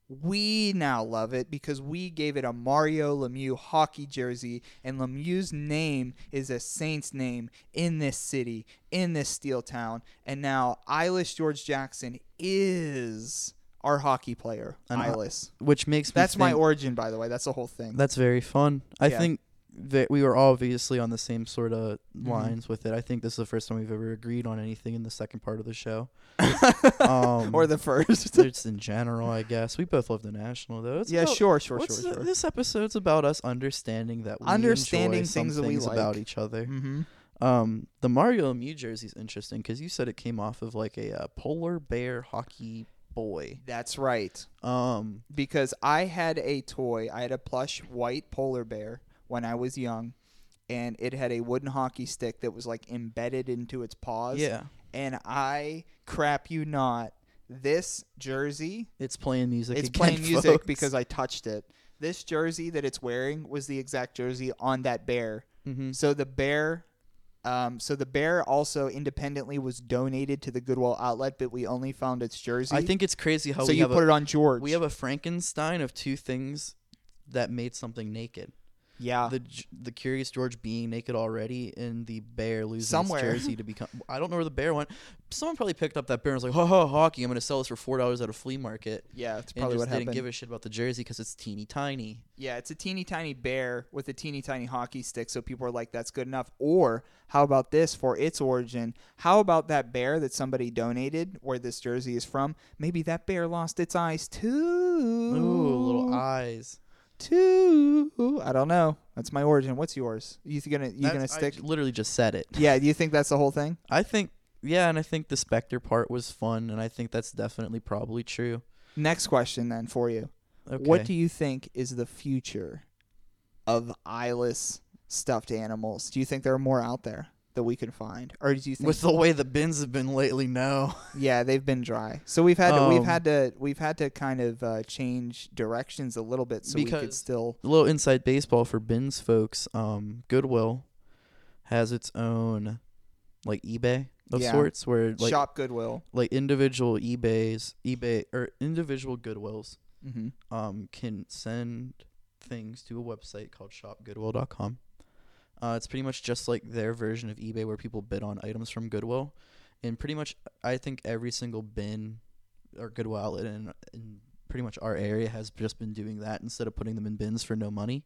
[SPEAKER 2] we now love it because we gave it a Mario Lemieux hockey jersey, and Lemieux's name is a Saint's name in this city, in this steel town, and now Eyeless George Jackson is our hockey player,
[SPEAKER 1] An-
[SPEAKER 2] Eyeless.
[SPEAKER 1] which makes me
[SPEAKER 2] That's my
[SPEAKER 1] think-
[SPEAKER 2] origin, by the way. That's the whole thing.
[SPEAKER 1] That's very fun. I
[SPEAKER 2] Yeah.
[SPEAKER 1] think that we were obviously on the same sort of
[SPEAKER 2] Mm-hmm.
[SPEAKER 1] lines with it. I think this is the first time we've ever agreed on anything in the second part of the
[SPEAKER 2] <laughs>
[SPEAKER 1] show. Um,
[SPEAKER 2] or the first.
[SPEAKER 1] just in general, I guess. We both love the national though. It's
[SPEAKER 2] <laughs> Yeah,
[SPEAKER 1] about-
[SPEAKER 2] sure, sure,
[SPEAKER 1] what's
[SPEAKER 2] sure,
[SPEAKER 1] the-
[SPEAKER 2] sure.
[SPEAKER 1] This episode's about us understanding that we
[SPEAKER 2] Understanding
[SPEAKER 1] enjoy some
[SPEAKER 2] things that we
[SPEAKER 1] about
[SPEAKER 2] like.
[SPEAKER 1] each other.
[SPEAKER 2] mm-hmm.
[SPEAKER 1] Um, the Mario Lemieux jersey is interesting because you said it came off of like a uh, polar bear hockey boy.
[SPEAKER 2] That's right.
[SPEAKER 1] Um,
[SPEAKER 2] Because I had a toy. I had a plush white polar bear when I was young, and it had a wooden hockey stick that was like embedded into its paws.
[SPEAKER 1] yeah,
[SPEAKER 2] And I crap you not, this jersey.
[SPEAKER 1] it's playing music.
[SPEAKER 2] it's
[SPEAKER 1] again, <laughs>
[SPEAKER 2] playing music
[SPEAKER 1] folks.
[SPEAKER 2] because I touched it. This jersey that it's wearing was the exact jersey on that bear.
[SPEAKER 1] Mhm.
[SPEAKER 2] So the bear, um, so the bear also independently was donated to the Goodwill outlet, but we only found its jersey.
[SPEAKER 1] I think it's crazy how
[SPEAKER 2] so.
[SPEAKER 1] we
[SPEAKER 2] you
[SPEAKER 1] have
[SPEAKER 2] put
[SPEAKER 1] a,
[SPEAKER 2] it on George.
[SPEAKER 1] we have a Frankenstein of two things that made something naked.
[SPEAKER 2] yeah.
[SPEAKER 1] the J- the Curious George being naked already, and the bear losing
[SPEAKER 2] Somewhere.
[SPEAKER 1] his
[SPEAKER 2] <laughs>
[SPEAKER 1] jersey to become. I don't know where the bear went. Someone probably picked up that bear and was like, "Ha ha, hockey! I'm going to sell this for four dollars at a flea market."
[SPEAKER 2] yeah, that's
[SPEAKER 1] and
[SPEAKER 2] probably
[SPEAKER 1] just
[SPEAKER 2] what
[SPEAKER 1] didn't
[SPEAKER 2] happened.
[SPEAKER 1] give a shit about the jersey because it's teeny tiny.
[SPEAKER 2] yeah, it's a teeny tiny bear with a teeny tiny hockey stick. So people are like, "That's good enough." Or how about this for its origin? How about that bear that somebody donated, where this jersey is from? Maybe that bear lost its eyes too.
[SPEAKER 1] Ooh, little eyes.
[SPEAKER 2] two. I don't know. That's my origin. What's yours? You th- gonna you
[SPEAKER 1] That's-
[SPEAKER 2] gonna
[SPEAKER 1] I
[SPEAKER 2] stick?
[SPEAKER 1] j- literally just said it.
[SPEAKER 2] yeah. Do you think that's the whole thing?
[SPEAKER 1] I think. Yeah, and I think the Spectre part was fun, and I think that's definitely probably true.
[SPEAKER 2] Next question then for you.
[SPEAKER 1] Okay.
[SPEAKER 2] What do you think is the future of eyeless stuffed animals? Do you think there are more out there that we can find, or do you think?
[SPEAKER 1] with the way the bins have been lately? No.
[SPEAKER 2] yeah, they've been dry. So we've had to, we've
[SPEAKER 1] Um,
[SPEAKER 2] had to we've had to kind of uh, change directions a little bit so we could
[SPEAKER 1] Because-
[SPEAKER 2] still.
[SPEAKER 1] a little inside baseball for bins folks um goodwill has its own like ebay of
[SPEAKER 2] Yeah.
[SPEAKER 1] sorts where like
[SPEAKER 2] Shop Goodwill.
[SPEAKER 1] like individual ebays ebay or individual goodwills
[SPEAKER 2] Mm-hmm.
[SPEAKER 1] um can send things to a website called shopgoodwill.com uh, it's pretty much just like their version of ebay where people bid on items from goodwill and pretty much i think every single bin or goodwill outlet in, in pretty much our area has just been doing that instead of putting them in bins for no money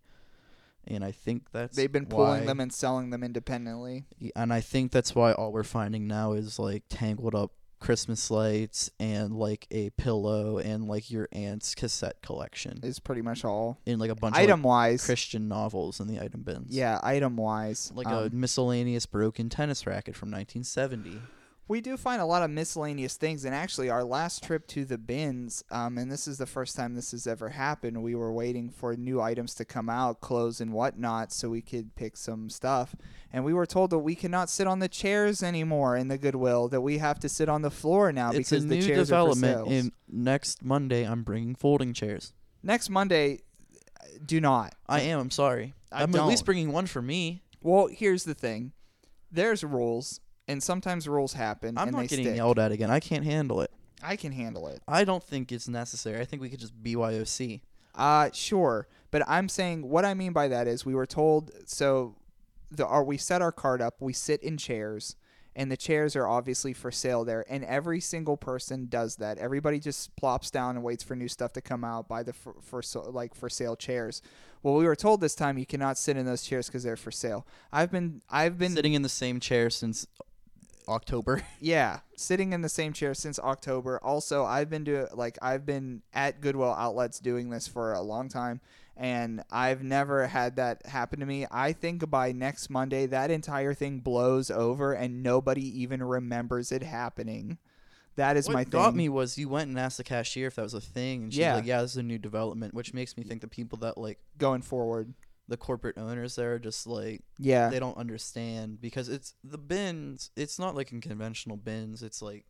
[SPEAKER 1] and i think that's
[SPEAKER 2] They've been pulling
[SPEAKER 1] why-
[SPEAKER 2] them and selling them independently.
[SPEAKER 1] and I think that's why all we're finding now is like tangled up Christmas lights and like a pillow and like your aunt's cassette collection
[SPEAKER 2] Is pretty much all
[SPEAKER 1] and like a bunch
[SPEAKER 2] item
[SPEAKER 1] of like,
[SPEAKER 2] wise.
[SPEAKER 1] Christian novels in the item bins. Um,
[SPEAKER 2] Yeah, um, item wise.
[SPEAKER 1] Like uh, a miscellaneous broken tennis racket from 1970.
[SPEAKER 2] we do find a lot of miscellaneous things. And actually, our last trip to the bins, um, and this is the first time this has ever happened, we were waiting for new items to come out, clothes and whatnot, so we could pick some stuff. And we were told that we cannot sit on the chairs anymore in the Goodwill, that we have to sit on the floor now
[SPEAKER 1] it's a
[SPEAKER 2] because
[SPEAKER 1] Uh, new
[SPEAKER 2] the chairs are
[SPEAKER 1] development.
[SPEAKER 2] for sale.
[SPEAKER 1] And next Monday, I'm bringing folding chairs.
[SPEAKER 2] Next Monday, do not.
[SPEAKER 1] I am. I'm sorry.
[SPEAKER 2] I
[SPEAKER 1] am at least
[SPEAKER 2] don't.
[SPEAKER 1] bringing one for me.
[SPEAKER 2] Well, here's the thing there's rules, and sometimes rules happen.
[SPEAKER 1] I'm
[SPEAKER 2] and
[SPEAKER 1] not
[SPEAKER 2] they
[SPEAKER 1] getting
[SPEAKER 2] stick.
[SPEAKER 1] yelled at again. I can't handle it.
[SPEAKER 2] I can handle it.
[SPEAKER 1] I don't think it's necessary. I think we could just BYOC.
[SPEAKER 2] Uh, sure. But I'm saying what I mean by that is we were told so the our, we set our card up, we sit in chairs, and the chairs are obviously for sale there, and every single person does that. Everybody just plops down and waits for new stuff to come out by the for, for so, like for sale chairs. Well, we were told this time you cannot sit in those chairs because they're for sale. I've been I've been
[SPEAKER 1] sitting in the same chair since October.
[SPEAKER 2] yeah, sitting in the same chair since October. Also, I've been doing like I've been at Goodwill outlets doing this for a long time, and I've never had that happen to me. I think by next Monday, that entire thing blows over, and nobody even remembers it happening. That <laughs> is
[SPEAKER 1] what
[SPEAKER 2] my thing.
[SPEAKER 1] got me was you went and asked the cashier if that was a thing, and she's
[SPEAKER 2] Yeah.
[SPEAKER 1] like, "Yeah, this is a new development," which makes me think the people that like
[SPEAKER 2] going forward.
[SPEAKER 1] the corporate owners there are just like
[SPEAKER 2] Yeah,
[SPEAKER 1] they don't understand because it's the bins. It's not like in conventional bins. It's like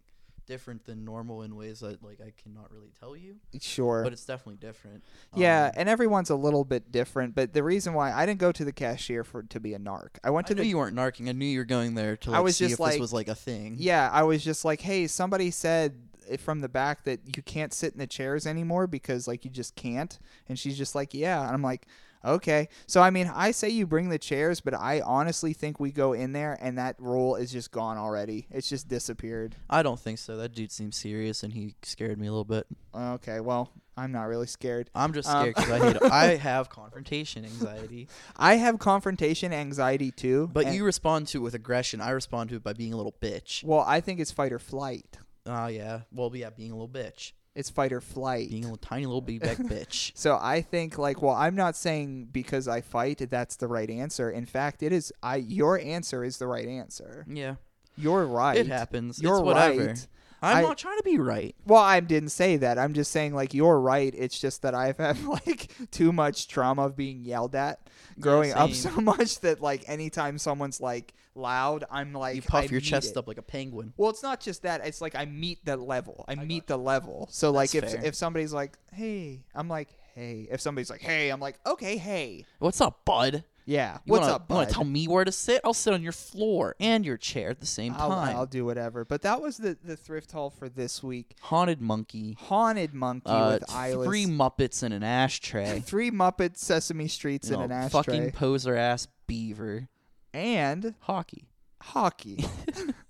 [SPEAKER 1] different than normal in ways that like I cannot really tell you,
[SPEAKER 2] Sure.
[SPEAKER 1] but it's definitely different.
[SPEAKER 2] yeah,
[SPEAKER 1] Um,
[SPEAKER 2] and everyone's a little bit different, but the reason why I didn't go to the cashier for to be a narc. I
[SPEAKER 1] I
[SPEAKER 2] went to
[SPEAKER 1] knew
[SPEAKER 2] the
[SPEAKER 1] you weren't narking. I knew you were going there to
[SPEAKER 2] I
[SPEAKER 1] like,
[SPEAKER 2] was
[SPEAKER 1] see
[SPEAKER 2] just
[SPEAKER 1] if
[SPEAKER 2] like-
[SPEAKER 1] this was like a thing.
[SPEAKER 2] Mm-hmm. Yeah, I was just like, "Hey, somebody said it from the back that you can't sit in the chairs anymore because like you just can't." And she's just like, "Yeah." And I'm like, "Okay." So I mean, I say you bring the chairs, but I honestly think we go in there and that rule is just gone already. It's just disappeared.
[SPEAKER 1] I don't think so. That dude seemed serious, and he scared me a little bit.
[SPEAKER 2] Okay, well, I'm not really scared.
[SPEAKER 1] I'm just
[SPEAKER 2] Um,
[SPEAKER 1] scared because I hate.
[SPEAKER 2] <laughs>
[SPEAKER 1] I have confrontation anxiety,
[SPEAKER 2] I have confrontation anxiety too.
[SPEAKER 1] but
[SPEAKER 2] and-
[SPEAKER 1] you respond to it with aggression. I respond to it by being a little bitch.
[SPEAKER 2] Well, I think it's fight or flight.
[SPEAKER 1] Oh yeah, well yeah, being a little bitch,
[SPEAKER 2] It's fight or flight.
[SPEAKER 1] being a little, tiny little baby
[SPEAKER 2] <laughs>
[SPEAKER 1] back bitch.
[SPEAKER 2] So I think like well I'm not saying because I fight that's the right answer. In fact, it is I your answer is the right answer.
[SPEAKER 1] Yeah,
[SPEAKER 2] You're right.
[SPEAKER 1] it happens.
[SPEAKER 2] You're
[SPEAKER 1] it's whatever.
[SPEAKER 2] right.
[SPEAKER 1] I'm
[SPEAKER 2] I-
[SPEAKER 1] not trying to be right.
[SPEAKER 2] Well, I didn't say that. I'm just saying like you're right. It's just that I've had <laughs> like too much trauma of being yelled at growing up so <laughs>
[SPEAKER 1] same.
[SPEAKER 2] much that like anytime someone's like loud, I'm like
[SPEAKER 1] You puff
[SPEAKER 2] I
[SPEAKER 1] your
[SPEAKER 2] need
[SPEAKER 1] chest
[SPEAKER 2] it.
[SPEAKER 1] up like a penguin.
[SPEAKER 2] Well, it's not just that. It's like I meet the level. I, meet the level. So like if
[SPEAKER 1] That's fair.
[SPEAKER 2] if somebody's like, "Hey," I'm like, "Hey." If somebody's like, "Hey," I'm like, "Okay, hey."
[SPEAKER 1] What's up, bud?
[SPEAKER 2] Yeah.
[SPEAKER 1] You
[SPEAKER 2] What's
[SPEAKER 1] wanna,
[SPEAKER 2] up,
[SPEAKER 1] You want
[SPEAKER 2] bud?
[SPEAKER 1] to tell me where to sit? I'll sit on your floor and your chair at the same
[SPEAKER 2] I'll,
[SPEAKER 1] time.
[SPEAKER 2] I'll do whatever. But that was the, the thrift haul for this week.
[SPEAKER 1] Haunted monkey.
[SPEAKER 2] Haunted Monkey
[SPEAKER 1] Uh,
[SPEAKER 2] with Eyeless. <laughs>
[SPEAKER 1] three Muppets in an <laughs> ashtray.
[SPEAKER 2] Three Muppet Sesame Streets
[SPEAKER 1] you
[SPEAKER 2] in an
[SPEAKER 1] know,
[SPEAKER 2] ashtray.
[SPEAKER 1] fucking poser ass beaver.
[SPEAKER 2] and
[SPEAKER 1] Hockey. <laughs>
[SPEAKER 2] hockey.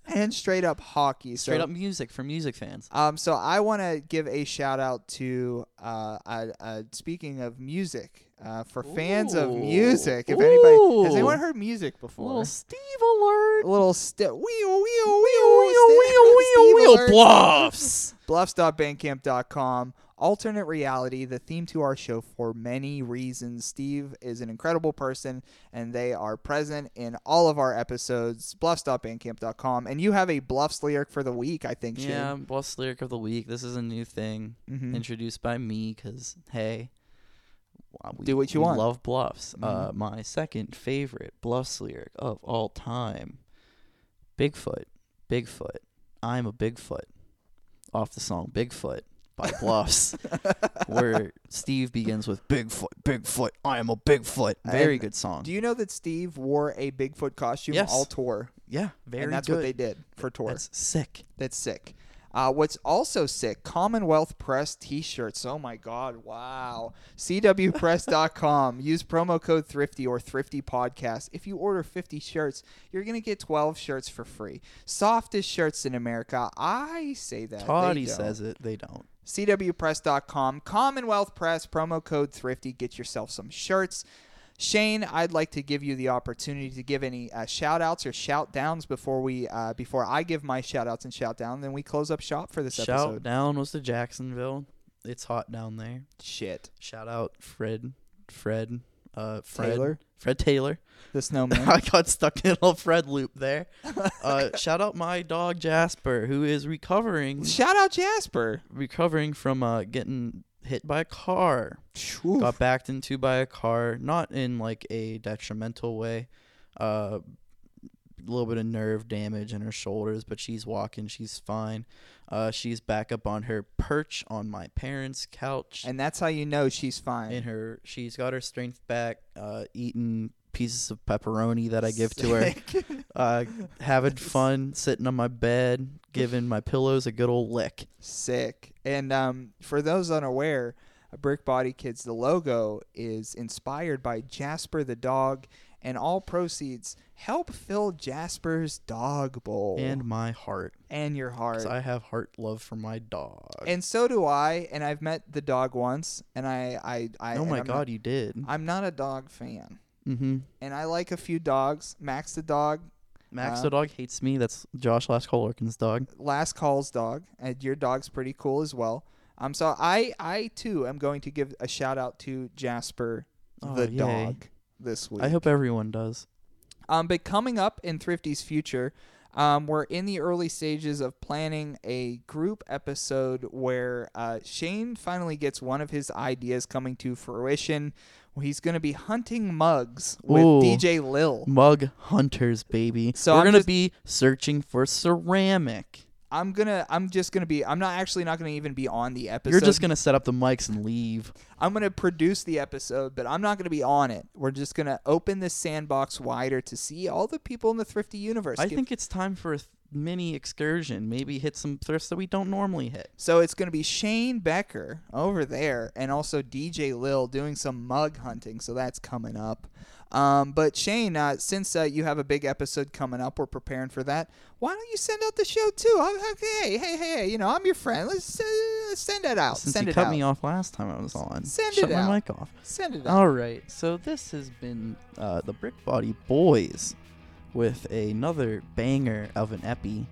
[SPEAKER 2] and straight up hockey.
[SPEAKER 1] Straight
[SPEAKER 2] so,
[SPEAKER 1] up music for music fans.
[SPEAKER 2] Um, so I want to give a shout out to, uh, uh, uh speaking of music, uh, for fans of
[SPEAKER 1] Ooh.
[SPEAKER 2] music. If anybody has anyone
[SPEAKER 1] Ooh.
[SPEAKER 2] heard music before,
[SPEAKER 1] Little Steve alert.
[SPEAKER 2] little sti- wee wee
[SPEAKER 1] Wheel,
[SPEAKER 2] wee
[SPEAKER 1] wheel,
[SPEAKER 2] wee
[SPEAKER 1] wheel, bluffs.
[SPEAKER 2] bluffs.bandcamp.com alternate reality the theme to our show for many reasons steve is an incredible person and they are present in all of our episodes bluffs.bandcamp.com and you have a bluffs lyric for the week i think Shane.
[SPEAKER 1] Yeah, bluffs lyric of the week. This is a new thing
[SPEAKER 2] Mhm.
[SPEAKER 1] introduced by me because hey, w- we,
[SPEAKER 2] Do what you
[SPEAKER 1] we
[SPEAKER 2] want. Mm-hmm.
[SPEAKER 1] Love bluffs. Uh, my second favorite bluffs lyric of all time, Bigfoot, Bigfoot. I'm a Bigfoot. Off the song Bigfoot by
[SPEAKER 2] <laughs>
[SPEAKER 1] Bluffs, where Steve begins with Bigfoot, Bigfoot. I am a Bigfoot. Very
[SPEAKER 2] And
[SPEAKER 1] good song.
[SPEAKER 2] do you know that steve wore a bigfoot costume
[SPEAKER 1] Yes.
[SPEAKER 2] all tour
[SPEAKER 1] yeah, very
[SPEAKER 2] and that's
[SPEAKER 1] good.
[SPEAKER 2] what they did for tour
[SPEAKER 1] That's sick.
[SPEAKER 2] That's sick. Uh, what's also sick, Commonwealth Press t shirts. Oh my God. Wow.
[SPEAKER 1] <laughs>
[SPEAKER 2] CWPress.com. Use promo code Thrifty or Thrifty Podcast. If you order 50 shirts, you're going to get 12 shirts for free. Softest shirts in America. I say that. They
[SPEAKER 1] Toddy
[SPEAKER 2] don't.
[SPEAKER 1] says it. They don't.
[SPEAKER 2] CWPress.com. Commonwealth Press. Promo code Thrifty. Get yourself some shirts. Shane, I'd like to give you the opportunity to give any uh, shout outs or shout downs before we uh, before I give my shout outs and shout down. Then we close up shop for this
[SPEAKER 1] Shout
[SPEAKER 2] episode.
[SPEAKER 1] down was to Jacksonville. It's hot down there.
[SPEAKER 2] Shit,
[SPEAKER 1] Shout out Fred, Fred, uh, Fred
[SPEAKER 2] Taylor?
[SPEAKER 1] Fred Taylor. <laughs>
[SPEAKER 2] the snowman.
[SPEAKER 1] I got stuck in a little Fred loop
[SPEAKER 2] <laughs>
[SPEAKER 1] there. Uh, shout out my dog Jasper, who is recovering,
[SPEAKER 2] shout out Jasper.
[SPEAKER 1] recovering from uh, getting hit by a car.
[SPEAKER 2] Oof.
[SPEAKER 1] Got backed into by a car, not in like a detrimental way. Uh, a little bit of nerve damage in her shoulders, but she's walking. She's fine. Uh, she's back up on her perch on my parents' couch
[SPEAKER 2] And that's how you know she's fine.
[SPEAKER 1] in her she's got her strength back uh eating pieces of pepperoni that i give to her <laughs> uh having fun sitting on my bed giving my pillows a good old lick
[SPEAKER 2] Sick. And um, for those unaware, Brick Body Kids, the logo is inspired by Jasper the dog, and all proceeds help fill Jasper's dog bowl
[SPEAKER 1] and my heart
[SPEAKER 2] and your
[SPEAKER 1] 'cause
[SPEAKER 2] heart.
[SPEAKER 1] i have heart love for my dog
[SPEAKER 2] and so do I. And I've met the dog once, and I, I, I
[SPEAKER 1] oh
[SPEAKER 2] and
[SPEAKER 1] my
[SPEAKER 2] I'm
[SPEAKER 1] god you did
[SPEAKER 2] not, I'm not a dog fan,
[SPEAKER 1] mm-hmm
[SPEAKER 2] and I like a few dogs. Max the dog,
[SPEAKER 1] max
[SPEAKER 2] Uh,
[SPEAKER 1] the dog hates me that's josh lasko larkin's dog
[SPEAKER 2] last call's dog and your dog's pretty cool as well um so i i too am going to give a shout out to jasper
[SPEAKER 1] Oh,
[SPEAKER 2] the
[SPEAKER 1] yay.
[SPEAKER 2] dog this week
[SPEAKER 1] i hope everyone does
[SPEAKER 2] um but coming up in thrifty's future um, we're in the early stages of planning a group episode where uh, Shane finally gets one of his ideas coming to fruition. He's going to be hunting mugs with
[SPEAKER 1] Ooh.
[SPEAKER 2] DJ Lil.
[SPEAKER 1] mug hunters baby
[SPEAKER 2] So
[SPEAKER 1] we're
[SPEAKER 2] I'm
[SPEAKER 1] gonna
[SPEAKER 2] just-
[SPEAKER 1] be searching for ceramic
[SPEAKER 2] I'm gonna. I'm just gonna be. I'm not actually not gonna even be on the episode.
[SPEAKER 1] You're just gonna set up the mics and leave.
[SPEAKER 2] I'm gonna produce the episode, but I'm not gonna be on it. We're just gonna open this sandbox wider to see all the people in the thrifty universe.
[SPEAKER 1] I
[SPEAKER 2] Give-
[SPEAKER 1] think it's time for a th- mini excursion. Maybe hit some thrifts that we don't normally hit.
[SPEAKER 2] so. It's gonna be Shane Becker over there, and also DJ Lil doing some mug hunting. So that's coming up. Um, but Shane, uh, since uh, you have a big episode coming up, we're preparing for that. Why don't you send out the show too? I'm, hey, hey, hey! You know, I'm your friend. Let's uh, send it out.
[SPEAKER 1] Since
[SPEAKER 2] send
[SPEAKER 1] you
[SPEAKER 2] it
[SPEAKER 1] cut
[SPEAKER 2] out.
[SPEAKER 1] me off last time I was on,
[SPEAKER 2] Send
[SPEAKER 1] shut
[SPEAKER 2] it
[SPEAKER 1] my
[SPEAKER 2] out.
[SPEAKER 1] mic off.
[SPEAKER 2] Send it out.
[SPEAKER 1] All right, so this has been uh, the Brick Body Boys with another banger of an epi.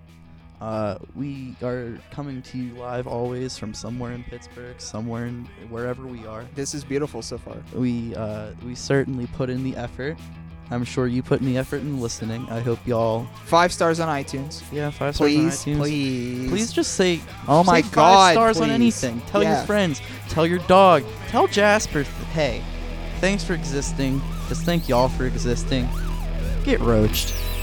[SPEAKER 1] Uh, we are coming to you live always from somewhere in Pittsburgh, somewhere in wherever we are.
[SPEAKER 2] This is beautiful so far.
[SPEAKER 1] We uh, we certainly put in the effort. I'm sure you put in the effort in listening. I hope y'all,
[SPEAKER 2] Five stars on iTunes.
[SPEAKER 1] yeah, five
[SPEAKER 2] Please,
[SPEAKER 1] stars on iTunes.
[SPEAKER 2] please,
[SPEAKER 1] Please just say,
[SPEAKER 2] Oh
[SPEAKER 1] say
[SPEAKER 2] my
[SPEAKER 1] five
[SPEAKER 2] God,
[SPEAKER 1] stars on
[SPEAKER 2] please.
[SPEAKER 1] anything. Tell
[SPEAKER 2] Yeah.
[SPEAKER 1] your friends. Tell your dog. Tell Jasper, th- hey, thanks for existing. Just thank y'all for existing. Get roached.